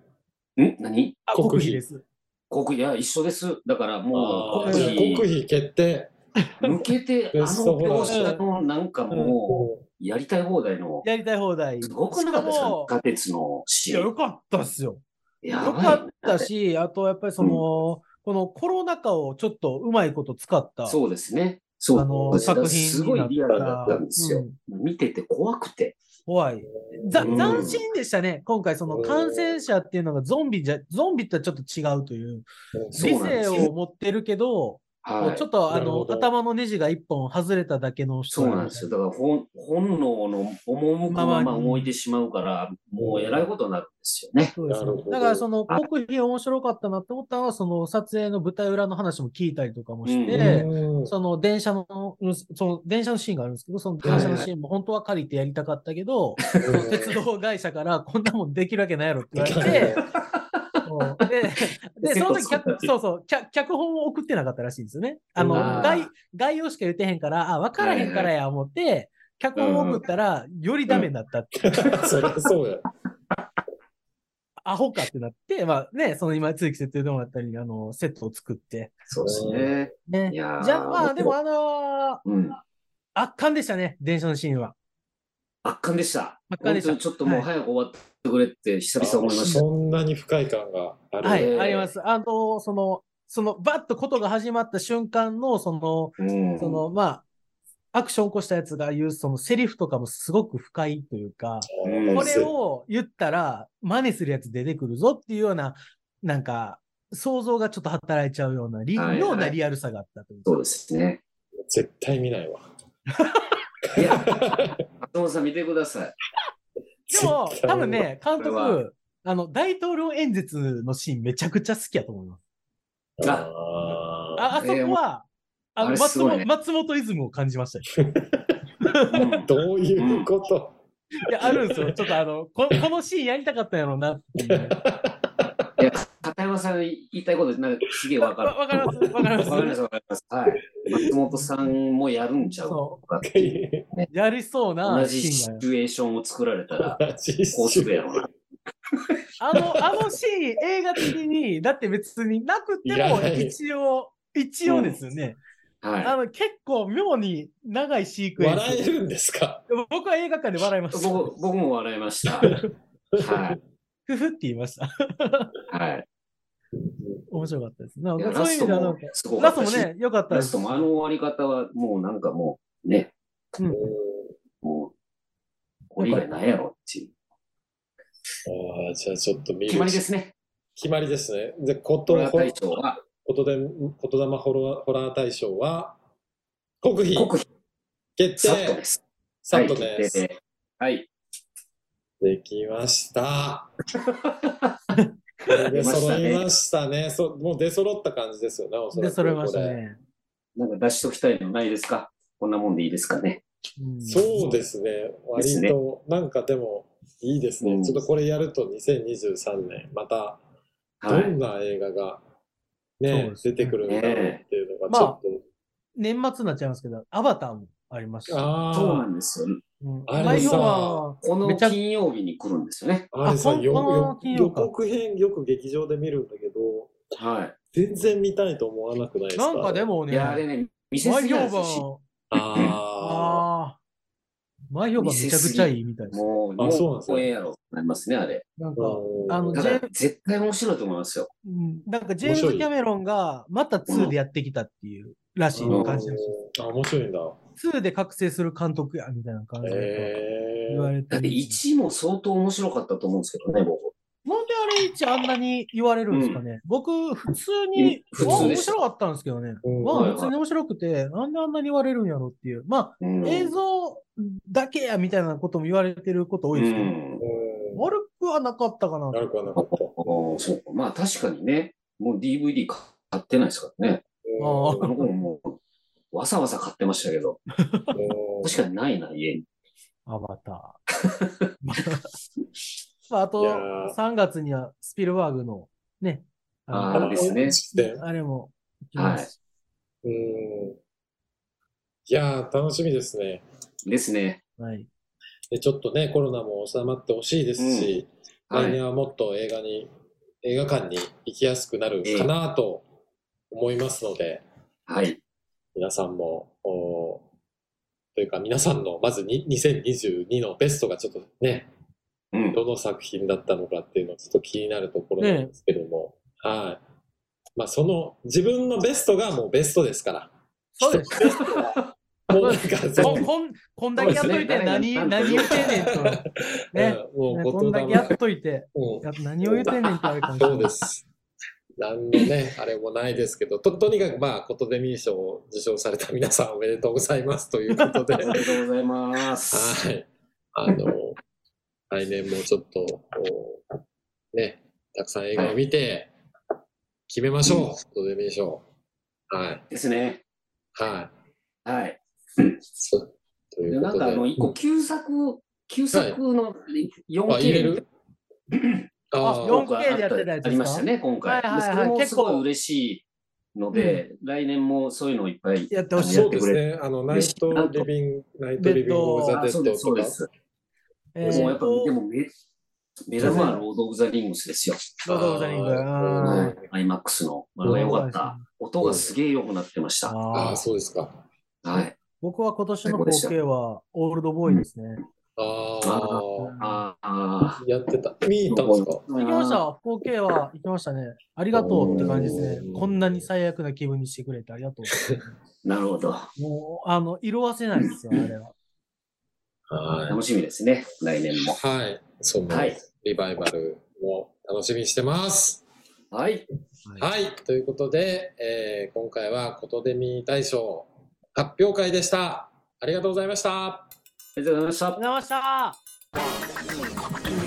Speaker 3: ん何
Speaker 1: あ、
Speaker 2: 国
Speaker 1: 国
Speaker 2: 費
Speaker 1: 費です。
Speaker 3: 国、いや、一緒です。だからも
Speaker 2: あ
Speaker 3: う、
Speaker 2: ーじゃあ国費決定。
Speaker 3: 向けて、あ
Speaker 2: ベ
Speaker 3: の
Speaker 2: ストホラ
Speaker 3: 描
Speaker 2: ー
Speaker 3: 写のなんかも
Speaker 2: お
Speaker 3: う、やりたい放題の、
Speaker 1: やりたい放題。
Speaker 3: すごくなかったです
Speaker 1: し
Speaker 3: か
Speaker 1: も
Speaker 3: 地下鉄の
Speaker 1: い
Speaker 3: シ
Speaker 1: や、
Speaker 3: ーン。
Speaker 1: よかったっすよ。
Speaker 3: や
Speaker 1: よ
Speaker 3: ばい
Speaker 1: かったし、あとやっぱりその、このコロナ禍をちょっとうまいこと使った、
Speaker 3: そうですね。そう
Speaker 1: あの
Speaker 3: です
Speaker 1: 作品
Speaker 3: すごいリアルだったんですよ。
Speaker 1: うん
Speaker 3: 見てて怖くて。
Speaker 1: 怖い。ざ
Speaker 3: うん
Speaker 1: 斬新でしたね。今回その
Speaker 2: うん
Speaker 1: 感染者っていうのがゾンビじゃ、ゾンビとはちょっと違うという、
Speaker 3: そう
Speaker 1: 理
Speaker 3: なんです
Speaker 1: 性
Speaker 3: よ
Speaker 1: を持ってるけど、こ
Speaker 3: は
Speaker 1: う
Speaker 3: い
Speaker 1: ちょ。っとあ
Speaker 2: なる
Speaker 1: の
Speaker 2: ほど
Speaker 1: 頭のネジが一本外れただけの人
Speaker 3: そうなんですよ。だから本本能の赴くまま動いてしまうから、もうえらいことになるんですよね。
Speaker 1: そうです
Speaker 2: なるほど
Speaker 1: だからその国費面白かったなって思ったのは、その撮影の舞台裏の話も聞いたりとかもして、
Speaker 3: う
Speaker 2: うん
Speaker 1: その電車の、うんその電車のシーンがあるんですけど、その電車のシーンも本当は借りてやりたかったけど、その鉄道会社からこんなもんできるわけないやろって言われ て、そうで、で、そ
Speaker 3: セッ
Speaker 1: の
Speaker 3: ト
Speaker 1: 時
Speaker 3: 作ったっ
Speaker 1: 脚、
Speaker 3: ていう
Speaker 1: そうそう、脚脚本を送ってなかったらしいんですよね。あの、
Speaker 3: あー
Speaker 1: 概、概要しか言ってへんから、あ、わからへんからや、思って、脚本を送ったら、よりダメになったって、
Speaker 2: そりゃそうや。
Speaker 1: アホかってなって、まあね、その今、鈴木設定でもらったり、あの、セットを作って。
Speaker 3: そうですね。
Speaker 1: ね
Speaker 3: い。やー
Speaker 1: じゃあまあ、でも、あのー
Speaker 3: うん、
Speaker 1: 圧巻でしたね、電車のシーンは。
Speaker 3: 圧巻でした。
Speaker 1: 圧巻でした
Speaker 3: 本当にちょっともう早く終わってくれって久々思いました。
Speaker 2: そんなに不快感がある。
Speaker 1: は
Speaker 3: え
Speaker 1: い、
Speaker 3: ー
Speaker 1: あります。あの、その、その、バッとことが始まった瞬間の、その、
Speaker 3: うん
Speaker 1: その、まあ、アクション起こしたやつが言う、そのセリフとかもすごく不快というか、
Speaker 3: うん
Speaker 1: これを言ったら、真似するやつ出てくるぞっていうような、なんか、想像がちょっと働いちゃうような、リ
Speaker 3: はいはい
Speaker 1: ようなリアルさがあったというか。
Speaker 3: そうですね。
Speaker 2: 絶対見ないわ。
Speaker 3: いや、松本さん見てください。
Speaker 1: でも、
Speaker 2: 絶対
Speaker 1: 多分ね、監
Speaker 3: これ
Speaker 1: 督、あの、大統領演説のシーンめちゃくちゃ好きやと思います。
Speaker 2: あ
Speaker 1: あ、あそこ
Speaker 3: えー
Speaker 1: は、あ
Speaker 3: あ
Speaker 1: の、
Speaker 3: れす
Speaker 1: 松
Speaker 3: ごい
Speaker 1: 本、
Speaker 3: ね
Speaker 1: 松本イズムを感じましたよ
Speaker 3: うん
Speaker 2: ーどういうこと、
Speaker 1: いや、あるんですよ。ちょっとあの、ここのシーンやりたかったんやろうなっていう。
Speaker 3: いや、片山さん言いたいことなんかすげえわか
Speaker 1: わ
Speaker 3: る。
Speaker 1: わかりますわかります
Speaker 3: わかります、わかります。はい。松本さんもやるんちゃう
Speaker 1: そ
Speaker 3: とかっていう
Speaker 1: う。やりそうな
Speaker 3: 同じシ
Speaker 1: シ
Speaker 3: チ
Speaker 1: ーンが
Speaker 3: ュエーションを作られたら、こうするやろうな。
Speaker 2: い
Speaker 1: ある。あの、あのシーン、映画的に、だって別になくて
Speaker 2: いら
Speaker 1: も
Speaker 2: ない
Speaker 1: 一応、一応ですよね。あ
Speaker 3: は
Speaker 1: の、結構妙に長いシークエン
Speaker 2: 笑え
Speaker 1: ス。
Speaker 2: るんですか
Speaker 1: 僕は映画館で笑いま
Speaker 3: い。
Speaker 1: した。ふ
Speaker 3: 僕僕も笑いました。はい。
Speaker 1: ふって言いました。
Speaker 3: はい。
Speaker 1: 面白かったです。なん
Speaker 3: い
Speaker 1: か
Speaker 3: や
Speaker 1: そ
Speaker 3: ラ
Speaker 1: ういう意
Speaker 3: ス
Speaker 1: 味
Speaker 3: ト
Speaker 1: ではなん
Speaker 3: も
Speaker 1: か、
Speaker 3: すごか
Speaker 1: ラ
Speaker 3: っ
Speaker 1: スト
Speaker 3: た
Speaker 1: も
Speaker 3: し、
Speaker 1: ね、良かったで
Speaker 3: ラ
Speaker 1: す
Speaker 3: ス。トもあの終わり方はもうなんかもうね、
Speaker 1: うん
Speaker 3: もう、これ以外ないやろっていう。
Speaker 2: あーじゃあちょっと見る
Speaker 3: 決まりですね。
Speaker 2: 決まりですね。で、こ
Speaker 3: ホ
Speaker 2: と、
Speaker 3: ラー大賞は
Speaker 2: ことで、ことだまホラーホラー大賞は、国費
Speaker 3: 国費
Speaker 2: 決
Speaker 3: サット
Speaker 2: 定
Speaker 3: です。
Speaker 2: サッ
Speaker 3: は
Speaker 2: ト
Speaker 3: い
Speaker 2: で
Speaker 3: 決
Speaker 2: す。
Speaker 3: 定ではい。
Speaker 2: できま した。これで揃いましたね。そもう出揃った感じですよね、おそら
Speaker 1: で、
Speaker 2: く
Speaker 1: 揃えました
Speaker 2: これ
Speaker 1: ね。
Speaker 3: なんか出しときたいのないですかこんなもんでいいですかね。
Speaker 1: うん
Speaker 2: そうですね、
Speaker 3: です
Speaker 2: 割
Speaker 3: ね
Speaker 2: と、なんかでもいいですね、
Speaker 3: うん
Speaker 2: ちょっとこれやると2023年、また
Speaker 3: は
Speaker 2: ど
Speaker 3: い
Speaker 2: ん。な映画が、ね
Speaker 1: そうですね
Speaker 2: 出てくるんだろうっていうのが、ちょっと、
Speaker 1: 年末になっちゃいますけど、アバターもありました。
Speaker 3: そう
Speaker 2: あ
Speaker 3: なんですよ。
Speaker 1: うん
Speaker 2: あれ
Speaker 1: まあ要
Speaker 2: さ
Speaker 1: は
Speaker 3: この
Speaker 1: めちゃ
Speaker 3: 金曜日に来るんですよね。
Speaker 2: あ、あれさ
Speaker 1: あこん
Speaker 2: よ
Speaker 1: この
Speaker 2: よ
Speaker 1: 金曜
Speaker 2: 予
Speaker 1: か
Speaker 2: 告編、よく劇場で見るんだけど、
Speaker 3: は
Speaker 2: 全然見たいと思わなくないです
Speaker 1: な
Speaker 2: か
Speaker 1: んかでも
Speaker 3: い。
Speaker 1: ね、
Speaker 3: いや、あれね、見せす
Speaker 1: 前
Speaker 3: ぎなんで
Speaker 1: 評
Speaker 3: すよし。
Speaker 1: 判、あ
Speaker 2: あ
Speaker 1: あ、前評判めちゃくちゃいいみたいです。
Speaker 3: もう、
Speaker 2: あそうなんで
Speaker 3: もう
Speaker 2: すね
Speaker 3: こええやろってなりますね、あれ。
Speaker 1: なん
Speaker 2: ー
Speaker 1: か、
Speaker 2: うん
Speaker 1: あの
Speaker 3: だ
Speaker 1: ジ
Speaker 3: か
Speaker 1: ェ
Speaker 3: ら絶対面白いと思いますよ。
Speaker 1: うんなんかジェームズ・キャメロンがまた2でやってきたっていうらしい
Speaker 3: うん
Speaker 1: 感じらしい
Speaker 2: あ、面白いんだ。
Speaker 1: です。2で覚醒する監督やみたいな感じで
Speaker 2: え
Speaker 1: 言わ
Speaker 2: ー、
Speaker 1: れて
Speaker 3: だ
Speaker 1: る。
Speaker 3: って1位も相当面白かったと思うんですけどね、僕。
Speaker 1: なんであれ1あんなに言われるんですかね、僕、普通に、
Speaker 3: 普
Speaker 1: わあ
Speaker 3: 通
Speaker 1: 面
Speaker 3: でした
Speaker 1: 白かったんですけどね。
Speaker 2: うん
Speaker 1: わ
Speaker 3: はい
Speaker 1: あ普通に面白くて、なんであんなに言われるんやろっていう。まあ、
Speaker 3: うん
Speaker 1: 映像だけやみたいなことも言われてること多いですけど、
Speaker 3: うん
Speaker 2: うん
Speaker 1: 悪くはなかったかな。
Speaker 2: 悪くはなかった。
Speaker 3: おーそうか。まあ確かにね、もう DVD 買ってないですからね。
Speaker 1: あ
Speaker 3: あの頃もう、わさわさ買ってましたけど、確かにないな、家に。
Speaker 1: アバター。 まあ、あと
Speaker 2: いやー、
Speaker 1: 3月にはスピルバーグのね、あ
Speaker 3: あーですね
Speaker 1: のあれも行きますし、
Speaker 2: うん。いやー、楽しみですね。
Speaker 3: ですね。
Speaker 1: はい。
Speaker 2: で、ちょっとね、コロナも収まってほしいですし、
Speaker 3: は
Speaker 2: 来
Speaker 3: い。
Speaker 2: 年はもっと映画に、映画館に行きやすくなるかなと思いますので、
Speaker 3: はい。
Speaker 2: 皆さんも、おというか皆さんの、まずに2022のベストがちょっとね、
Speaker 3: うん。
Speaker 2: どの作品だったのかっていうのはちょっと気になるところなんですけども、はい。まあその、自分のベストがもうベストで すから。
Speaker 1: そうです。
Speaker 2: もうな んか全
Speaker 1: こ
Speaker 2: 部
Speaker 1: ん、こん、こんだけやっといて
Speaker 3: そうです
Speaker 1: 何、
Speaker 3: ね
Speaker 1: 何言ってんねんと。ね。ね
Speaker 2: うんもう
Speaker 1: こんだけ
Speaker 2: 言霊
Speaker 1: やっといて、
Speaker 2: うん
Speaker 1: や何を言ってんねんってあるかもしれな
Speaker 2: そ。
Speaker 1: いう
Speaker 2: です。何のね、あれもないですけど、ととにかく、まあ、ことでミー賞を受賞された皆さんおめでとうございますということで、
Speaker 3: ありがとうござ います。
Speaker 2: はい。あの、来年もちょっと、こうね、たくさん映画を見て、決めましょう、
Speaker 3: うん
Speaker 2: ことでミー賞。はい。
Speaker 3: ですね。
Speaker 2: はい。
Speaker 3: はい。
Speaker 2: そうとい
Speaker 3: で
Speaker 2: うこ
Speaker 3: なん
Speaker 2: とで。
Speaker 3: かあの、一個旧作、旧作の
Speaker 2: あ、入れ
Speaker 3: 4K
Speaker 2: るあ
Speaker 1: あ四
Speaker 2: あ、
Speaker 1: 4K でやってたやつですか
Speaker 3: ありましたね、今回。
Speaker 1: はいはいはい
Speaker 3: それも
Speaker 1: 結
Speaker 3: す
Speaker 1: 構
Speaker 3: ごい嬉しいので、来年もそういうのをいっぱい。
Speaker 1: やってほしい
Speaker 2: そうですね。あの、ナイ
Speaker 3: 嬉しい
Speaker 2: トリビング、ナイトリビングオブザ・
Speaker 3: あ
Speaker 2: デ
Speaker 3: そう
Speaker 2: ッ
Speaker 3: で
Speaker 2: ド
Speaker 3: す、そ
Speaker 2: と
Speaker 3: うで
Speaker 2: か。
Speaker 3: す。
Speaker 1: えっ
Speaker 2: ーと
Speaker 3: もうやっぱ、
Speaker 1: と
Speaker 3: でもめ、目玉はロード・オブ・ザ・リングスですよ。
Speaker 1: ロード・オブ・ザ・リング。
Speaker 2: あー
Speaker 1: あ
Speaker 3: は
Speaker 1: ー
Speaker 3: い、IMAX の。あれは良かった。音がすげえ良くなってました。
Speaker 2: あ
Speaker 1: あ
Speaker 2: あ、
Speaker 1: ー
Speaker 2: そうですか。
Speaker 3: はい。
Speaker 1: 僕は今年の光景は、オールドボーイですね。
Speaker 2: あ
Speaker 3: あ
Speaker 2: あ。
Speaker 3: ああ。
Speaker 2: やってた。見に行ったんですか
Speaker 1: 行きました。光景は行きましたね。ありがとうって感じです
Speaker 2: う
Speaker 1: ね。
Speaker 2: ん
Speaker 1: こんなに最悪な気分にしてくれてありがと
Speaker 3: なるほど。
Speaker 1: う。もう、あの、色あせないですよ、あれは。
Speaker 2: は
Speaker 3: 楽しみですね、来年も。
Speaker 2: い。はい。その
Speaker 3: はい。
Speaker 2: リバイバルも楽しみにしてます。
Speaker 3: はい。
Speaker 2: はい。ということで、えー今回はことでみ大賞発表会でした。ありがとうございました。
Speaker 3: ありがとうございま
Speaker 1: あり
Speaker 3: した
Speaker 1: がとうございました。
Speaker 3: 「